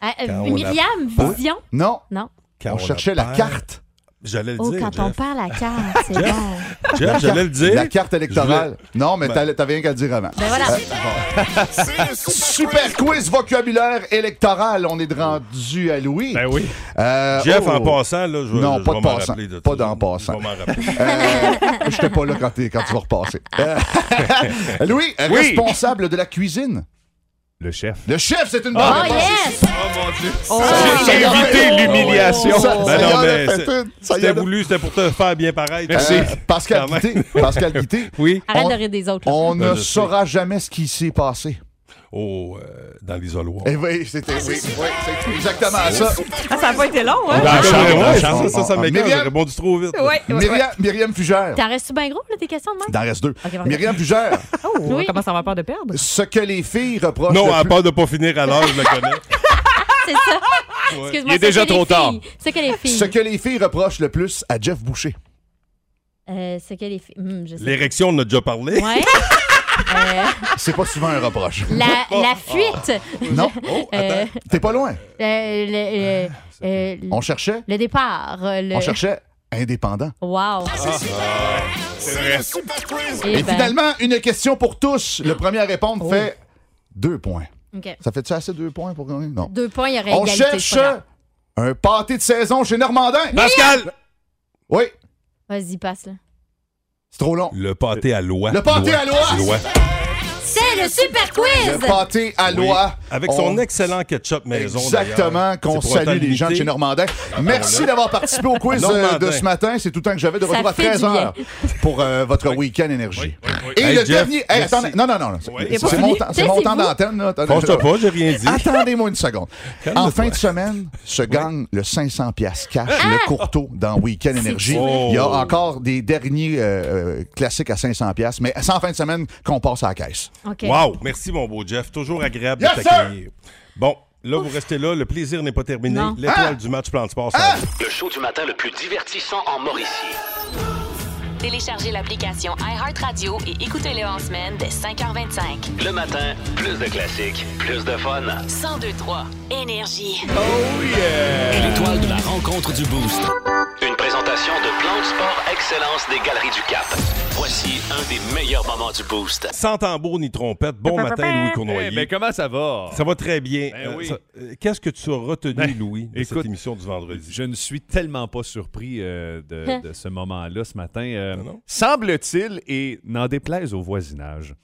Speaker 7: Ah, euh,
Speaker 3: Quand on
Speaker 7: Myriam,
Speaker 3: la-
Speaker 7: vision?
Speaker 16: Non.
Speaker 7: Non.
Speaker 3: Quand
Speaker 16: on cherchait la
Speaker 3: perd-
Speaker 16: carte.
Speaker 3: J'allais le
Speaker 7: Oh,
Speaker 3: dire.
Speaker 7: quand on
Speaker 3: Jeff.
Speaker 7: parle à carte, c'est bon.
Speaker 3: Jeff,
Speaker 16: La
Speaker 3: j'allais
Speaker 16: carte-
Speaker 3: le dire.
Speaker 16: La carte électorale. Non, mais
Speaker 3: Ben-
Speaker 16: t'allais- t'avais rien qu'à le dire avant.
Speaker 7: Ben voilà.
Speaker 14: C'est le super quiz!
Speaker 16: Super quiz vocabulaire électoral. On est rendu à Louis.
Speaker 17: ben oui.
Speaker 16: Euh,
Speaker 3: Jeff,
Speaker 16: oh.
Speaker 3: en passant, là, je vais-
Speaker 16: Non,
Speaker 3: je
Speaker 16: pas
Speaker 3: vais
Speaker 16: de
Speaker 3: m'en
Speaker 16: passant.
Speaker 3: rappeler de
Speaker 16: Pas
Speaker 3: tout ça.
Speaker 16: d'en passant.
Speaker 3: Je vais m'en rappeler.
Speaker 16: Je n'étais pas là quand, t'es- quand tu vas
Speaker 3: [LAUGHS]
Speaker 16: repasser. Euh, Louis,
Speaker 17: Oui.
Speaker 16: responsable de la cuisine.
Speaker 17: [LAUGHS] Le chef.
Speaker 16: Le chef, c'est une bonne
Speaker 3: ah,
Speaker 7: Oh,
Speaker 16: réponse.
Speaker 7: yes!
Speaker 17: J'ai évité l'humiliation.
Speaker 16: Ça-
Speaker 3: Ben
Speaker 16: ça y en
Speaker 3: non,
Speaker 16: a
Speaker 3: mais
Speaker 16: fait
Speaker 3: c'est-
Speaker 16: une. Ça y
Speaker 3: c'était
Speaker 16: en a-
Speaker 3: voulu, c'était pour te faire bien pareil.
Speaker 17: Merci.
Speaker 16: Euh, Pascal
Speaker 3: Quand même.
Speaker 16: Guité. Pascal Guité.
Speaker 3: [LAUGHS] Oui.
Speaker 7: Arrête
Speaker 16: On-
Speaker 7: de rire des autres. là.
Speaker 16: On
Speaker 3: Ben,
Speaker 16: ne
Speaker 3: je sais.
Speaker 16: saura jamais ce qui s'est passé.
Speaker 3: Oh, euh, dans l'isoloir.
Speaker 16: Eh oui, c'était oui, oui, c'est exactement ça.
Speaker 10: Ah, ça n'a pas été long, hein?
Speaker 17: Dans la chambre, dans la
Speaker 3: Ouais, ça,
Speaker 17: chambre.
Speaker 3: ça, ça
Speaker 16: on- on-
Speaker 3: m'écoeure,
Speaker 16: Myriam-
Speaker 3: j'ai répondu trop vite.
Speaker 10: Ouais, ouais, ouais.
Speaker 16: Myriam, Myriam Fugère.
Speaker 7: T'en restes-tu bien gros, là, tes questions de même?
Speaker 16: Il en reste deux.
Speaker 7: parfait.
Speaker 16: Myriam Fugère,
Speaker 10: Oh, on
Speaker 7: Oui.
Speaker 10: commence à avoir peur de perdre.
Speaker 16: ce que les filles reprochent.
Speaker 3: Non,
Speaker 16: le
Speaker 3: à
Speaker 16: plus-
Speaker 3: part de pas finir à l'heure, je le connais.
Speaker 7: C'est ça. Excuse-moi,
Speaker 17: Il est
Speaker 7: c'est
Speaker 17: déjà
Speaker 7: que les
Speaker 17: trop tard.
Speaker 7: filles. C'est que les filles.
Speaker 16: Ce que les filles reprochent le plus à Jeff Boucher.
Speaker 7: Euh, c'est que les filles. Hum, je sais.
Speaker 3: L'érection, on en a déjà parlé.
Speaker 7: Ouais. Euh,
Speaker 16: C'est pas souvent un reproche.
Speaker 7: la, la fuite.
Speaker 16: Non,
Speaker 3: Oh,
Speaker 7: Euh,
Speaker 3: attends.
Speaker 16: t'es pas loin.
Speaker 7: euh, le, euh, euh,
Speaker 16: On cherchait,
Speaker 7: le départ. euh, Le...
Speaker 16: Ah, on cherchait indépendant. Ah,
Speaker 7: Wow. Ah,
Speaker 14: C'est le super quiz!
Speaker 7: Eh
Speaker 16: Et
Speaker 7: ben,
Speaker 16: finalement, une question pour tous. Le premier à répondre fait deux points.
Speaker 7: ok.
Speaker 16: Ça fait-tu assez deux points pour gagner? Non.
Speaker 7: Deux points, il y aurait
Speaker 16: On
Speaker 7: égalité. c'est
Speaker 16: cherche
Speaker 7: pas grave.
Speaker 16: un pâté de saison chez Normandin.
Speaker 3: Pascal!
Speaker 16: Oui.
Speaker 7: Vas-y, passe-le.
Speaker 16: C'est trop long.
Speaker 3: Le pâté à loi.
Speaker 16: Le pâté à loi.
Speaker 3: Loi.
Speaker 7: C'est le super quiz!
Speaker 16: Le pâté à loi.
Speaker 3: Oui, Avec son excellent ketchup maison.
Speaker 16: Exactement,
Speaker 3: d'ailleurs.
Speaker 16: qu'on
Speaker 3: C'est pour autant
Speaker 16: salue les gens de
Speaker 3: limiter.
Speaker 16: chez Normandin.
Speaker 3: Ah,
Speaker 16: Merci
Speaker 3: voilà.
Speaker 16: d'avoir participé au quiz euh, de
Speaker 3: Normandin.
Speaker 16: ce matin. C'est tout le temps que j'avais de
Speaker 3: Ça
Speaker 16: retour à
Speaker 3: fait du
Speaker 16: 13h pour euh, votre week-end énergie. Et
Speaker 3: Hey,
Speaker 16: le
Speaker 3: Jeff,
Speaker 16: dernier. Hey,
Speaker 3: merci.
Speaker 16: attendez. Non, non, non. non. C'est-
Speaker 3: Ouais,
Speaker 16: c'est
Speaker 3: c'est
Speaker 16: mon
Speaker 3: fini.
Speaker 16: temps- c'est mon temps
Speaker 3: Taisez-vous.
Speaker 16: d'antenne. là. Attendez,
Speaker 3: Fâche-toi
Speaker 16: je-
Speaker 3: pas, j'ai rien dit.
Speaker 16: Attendez-moi une seconde. En
Speaker 3: Calme-toi.
Speaker 16: fin de semaine, se gagne le 500 pièces cash,
Speaker 7: Ah!
Speaker 16: le courteau dans Week-end Énergie.
Speaker 3: cool.
Speaker 16: Il y a encore des derniers euh, euh, classiques à 500 pièces, mais c'est en fin de semaine qu'on passe à la caisse.
Speaker 7: OK.
Speaker 3: Wow, merci mon beau Jeff, toujours agréable
Speaker 16: Yes,
Speaker 3: de t'accueillir. Bon, là vous restez là, le plaisir n'est pas terminé.
Speaker 2: Non.
Speaker 3: L'étoile
Speaker 2: Ah!
Speaker 3: du match plan de sport. ça arrive.
Speaker 2: Le show du matin le plus divertissant en Mauricie.
Speaker 11: Téléchargez l'application iHeartRadio et écoutez-le en semaine dès 5h25.
Speaker 2: Le matin, plus de classiques, plus de fun.
Speaker 11: 1023 Énergie.
Speaker 2: L'étoile de la rencontre du Boost. Une présentation de Plan de Sport Excellence des Galeries du Cap. Voici un des meilleurs moments du Boost.
Speaker 3: Sans tambour ni trompette, bon matin Louis Cournoyer.
Speaker 17: Eh, ben, comment ça va?
Speaker 3: Ça va très bien.
Speaker 17: Ben
Speaker 3: Euh,
Speaker 17: oui.
Speaker 3: ça- euh, Qu'est-ce que tu as retenu,
Speaker 17: Ben,
Speaker 3: Louis, de
Speaker 17: écoute,
Speaker 3: cette émission du vendredi?
Speaker 17: Je ne suis tellement pas surpris euh,
Speaker 3: Hein?
Speaker 17: de, de ce moment-là ce matin. Euh, Semble-t-il, et n'en déplaise au voisinage,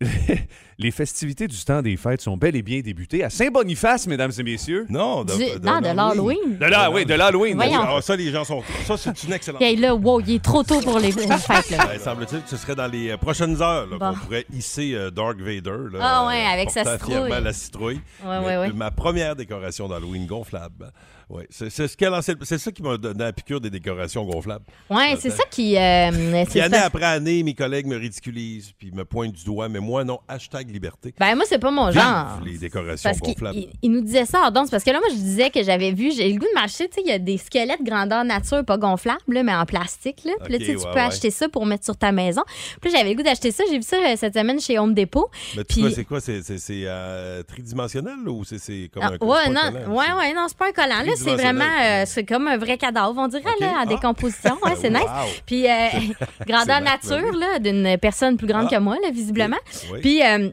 Speaker 17: [LAUGHS] les festivités du temps des fêtes sont bel et bien débutées à Saint-Boniface, mesdames et messieurs.
Speaker 3: Non,
Speaker 7: de- Du- de- non, de l'Halloween.
Speaker 17: De l'Ha- oui, de l'Halloween.
Speaker 7: Voyons.
Speaker 3: Ah, ça, les gens sont. Ça, c'est une excellente.
Speaker 7: Hey, là, wow, il est trop tôt pour
Speaker 16: [LAUGHS]
Speaker 7: les, les fêtes, là.
Speaker 3: Ben, semble-t-il que ce serait dans les euh, prochaines heures là,
Speaker 7: Bon.
Speaker 3: qu'on pourrait hisser euh, Dark Vader. là,
Speaker 7: Ah ouais,
Speaker 3: euh,
Speaker 7: avec sa
Speaker 3: portant
Speaker 7: citrouille.
Speaker 3: fièrement la citrouille.
Speaker 7: Ouais,
Speaker 3: Mais,
Speaker 7: Ah, ouais, ouais.
Speaker 3: euh, Ma première décoration d'Halloween gonflable. Ouais, c'est, c'est ce qu'elle en sait- c'est ça qui m'a donné la piqûre des décorations gonflables.
Speaker 7: Ouais, c'est ça qui. euh,
Speaker 3: Puis
Speaker 7: c'est
Speaker 3: année
Speaker 7: ça.
Speaker 3: après année, mes collègues me ridiculisent puis me pointent du doigt, mais moi non, hashtag liberté.
Speaker 7: Ben, moi, c'est pas mon
Speaker 3: Vive
Speaker 7: genre.
Speaker 3: les décorations
Speaker 7: Parce qu'il
Speaker 3: gonflables.
Speaker 7: il- il nous disait ça en danse. Parce que là, moi, je disais que j'avais vu, j'ai le goût de m'acheter, tu sais, il y a des squelettes grandeur nature, pas gonflables, là, mais en plastique. Là. Puis là,
Speaker 3: Ok,
Speaker 7: tu sais, tu
Speaker 3: ouais,
Speaker 7: peux
Speaker 3: ouais.
Speaker 7: acheter ça pour mettre sur ta maison. Puis là, j'avais le goût d'acheter ça. J'ai vu ça euh, cette semaine chez Home Depot.
Speaker 3: Mais tu
Speaker 7: Puis-
Speaker 3: vois, c'est quoi? C'est, c'est- c'est, euh, tridimensionnel là, ou c'est, c'est comme
Speaker 7: Ah,
Speaker 3: un
Speaker 7: ouais,
Speaker 3: c'est pas
Speaker 7: non,
Speaker 3: un collant?
Speaker 7: ouais, ouais, non, c'est pas un collant. Là, c'est
Speaker 3: Tridimensionnel.
Speaker 7: vraiment, euh, c'est comme un vrai cadavre, on dirait, là, en décomposition.
Speaker 3: [LAUGHS]
Speaker 7: Ouais, c'est
Speaker 3: Ah. Wow.
Speaker 7: nice. Puis, euh, [LAUGHS] grandeur
Speaker 11: C'est nice, ben
Speaker 7: nature, là, d'une personne plus grande
Speaker 11: Ah.
Speaker 7: que moi, là, visiblement.
Speaker 11: Oui.
Speaker 7: Puis, euh,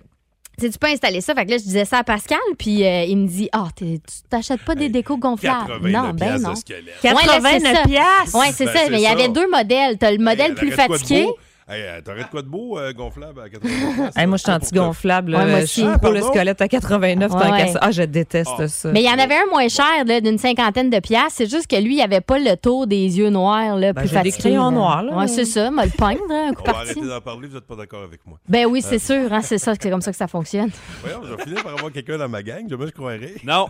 Speaker 7: tu sais, tu peux installer ça. Fait que là, je disais ça à Pascal, puis euh, il me dit Ah, t'es- tu t'achètes
Speaker 3: Euh,
Speaker 7: pas des décos gonflables.
Speaker 11: 89
Speaker 7: Non, ben
Speaker 11: piastres de
Speaker 7: non.
Speaker 11: squelette.
Speaker 7: Ouais, là, c'est
Speaker 11: 89
Speaker 7: ça.
Speaker 11: piastres?
Speaker 7: Ouais, c'est
Speaker 3: Ben,
Speaker 7: ça.
Speaker 3: c'est
Speaker 7: Mais il y
Speaker 3: ça.
Speaker 7: avait deux modèles. T'as le modèle
Speaker 3: Elle
Speaker 7: plus
Speaker 3: aurait de quoi de
Speaker 7: fatigué.
Speaker 3: beau? Hey, euh, T'aurais de quoi de beau euh, gonflable à 80
Speaker 10: Hey, moi, je suis anti-gonflable. là.
Speaker 7: Ah, Ouais, moi
Speaker 10: je suis
Speaker 7: aussi.
Speaker 10: pour
Speaker 7: Ah,
Speaker 10: le
Speaker 7: pardon?
Speaker 10: squelette à 89
Speaker 7: Ouais,
Speaker 10: tant qu'à
Speaker 7: ouais.
Speaker 10: ça. Ah, je déteste ça.
Speaker 7: Mais il y en avait un moins cher, là, d'une cinquantaine de piastres. C'est juste que lui, il avait pas le tour des yeux noirs, là,
Speaker 10: Ben,
Speaker 7: plus
Speaker 10: j'ai des
Speaker 7: fatigué.
Speaker 10: crayons
Speaker 7: là.
Speaker 10: noirs, là.
Speaker 7: Ouais, c'est ça, m'a le peindre, hein, un coup
Speaker 3: On va
Speaker 7: parti.
Speaker 3: arrêter d'en parler, vous n'êtes pas d'accord avec moi.
Speaker 7: Ben oui, c'est
Speaker 3: Euh,
Speaker 7: sûr, hein, c'est ça, c'est comme ça que
Speaker 3: [LAUGHS]
Speaker 7: ça fonctionne.
Speaker 3: Voyons, je vais finir par avoir quelqu'un dans ma gang, jamais je croirais.
Speaker 17: Non!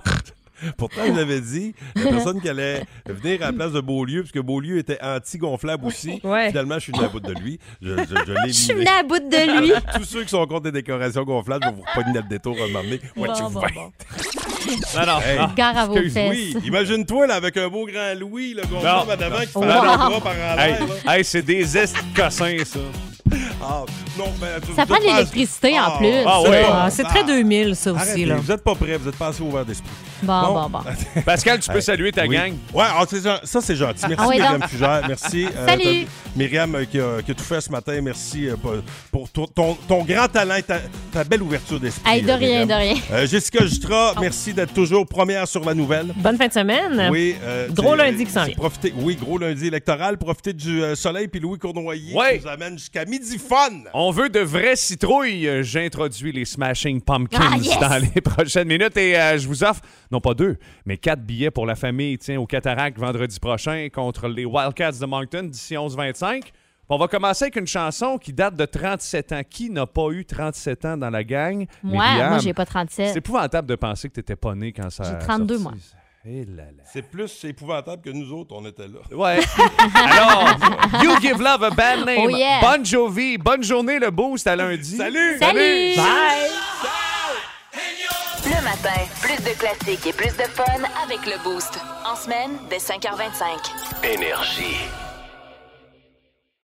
Speaker 3: Pourtant, je l'avais dit, la personne qui allait venir à la place de Beaulieu, puisque Beaulieu était anti-gonflable aussi. Finalement, je suis venu à bout de lui. Je, je, je l'ai
Speaker 7: Je suis
Speaker 3: éliminé.
Speaker 7: venue à bout de lui.
Speaker 3: Tous ceux qui sont contre des décorations gonflables, je vais vous repogner le détour à un moment donné. Ouais,
Speaker 7: Bon,
Speaker 3: tu
Speaker 7: bon,
Speaker 3: vois.
Speaker 7: bon.
Speaker 17: Non, non.
Speaker 3: Hey,
Speaker 7: Gare à vos
Speaker 3: excuse,
Speaker 7: fesses.
Speaker 3: oui, imagine-toi là, avec un beau grand Louis, le
Speaker 17: Non.
Speaker 3: gonflable à l'avant qui fait
Speaker 17: Non,
Speaker 3: un
Speaker 17: non.
Speaker 3: bras par en
Speaker 17: Hey,
Speaker 3: l'air. là.
Speaker 17: hey, c'est des estes cossins, ça.
Speaker 3: Ah, non, ben, tu-
Speaker 7: Ça
Speaker 3: vous
Speaker 7: prend de
Speaker 3: êtes pas-
Speaker 7: l'électricité en
Speaker 3: Ah,
Speaker 7: plus.
Speaker 17: ah
Speaker 7: ça.
Speaker 17: ouais.
Speaker 10: Ah, c'est très
Speaker 3: Ah.
Speaker 10: 2000, ça aussi.
Speaker 3: Arrêtez,
Speaker 10: Là.
Speaker 3: vous n'êtes pas prêts, vous n'êtes pas assez ouvert d'esprit.
Speaker 7: Bon, bon, bon.
Speaker 17: Pascal, tu peux
Speaker 3: Hey,
Speaker 17: saluer ta
Speaker 3: oui.
Speaker 17: gang.
Speaker 3: Ouais, ah, c'est gen- ça c'est gentil. Merci
Speaker 7: Ah ouais,
Speaker 3: Myriam
Speaker 7: donc.
Speaker 3: Fugère.
Speaker 7: [LAUGHS]
Speaker 3: Merci. euh,
Speaker 7: Salut.
Speaker 3: t'as- Myriam euh, qui a, qui a tout fait ce matin. Merci euh, pour- pour ton- ton, ton grand talent et ta, ta belle ouverture d'esprit.
Speaker 7: Hey, de
Speaker 3: euh,
Speaker 7: rien, Oh.
Speaker 3: Myriam.
Speaker 7: de rien.
Speaker 3: Euh, Jessica Jutra, merci d'être toujours première sur la nouvelle.
Speaker 10: Bonne fin de
Speaker 7: Ben,
Speaker 10: semaine.
Speaker 3: Oui, euh,
Speaker 10: Gros
Speaker 3: c'est-
Speaker 10: lundi qui s'en
Speaker 3: c'est
Speaker 10: vient.
Speaker 3: profiter- oui, gros lundi électoral. Profitez du euh, soleil. Puis Louis Cournoyer
Speaker 17: Ouais.
Speaker 3: qui nous amène jusqu'à midi fun.
Speaker 17: On veut de vraies citrouilles. Euh, J'introduis les Smashing Pumpkins
Speaker 3: Ah, yes!
Speaker 17: dans les [LAUGHS] prochaines minutes et euh, je vous offre, non pas deux, mais quatre billets pour la famille tiens, au Cataract vendredi prochain contre les Wildcats de Moncton d'ici 11-25. On va commencer avec une chanson qui date de 37 ans. Qui n'a pas eu 37 ans dans la gang?
Speaker 7: Moi,
Speaker 17: Myriam,
Speaker 7: moi, j'ai pas
Speaker 17: C'est
Speaker 7: 37.
Speaker 17: épouvantable de penser que t'étais pas né quand ça
Speaker 7: J'ai
Speaker 17: a
Speaker 7: 32,
Speaker 17: sorti.
Speaker 7: moi.
Speaker 3: C'est plus épouvantable que nous autres, on était là.
Speaker 17: Ouais.
Speaker 15: [LAUGHS]
Speaker 17: Alors, You Give Love a Bad Name.
Speaker 3: Oh, yeah.
Speaker 17: Bonne Jovi. Bonne journée, le boost à lundi.
Speaker 3: Salut!
Speaker 11: Salut!
Speaker 17: Bye!
Speaker 11: Le matin, plus de classiques et plus de fun avec le Boost. En semaine, dès 5h25.
Speaker 2: Énergie.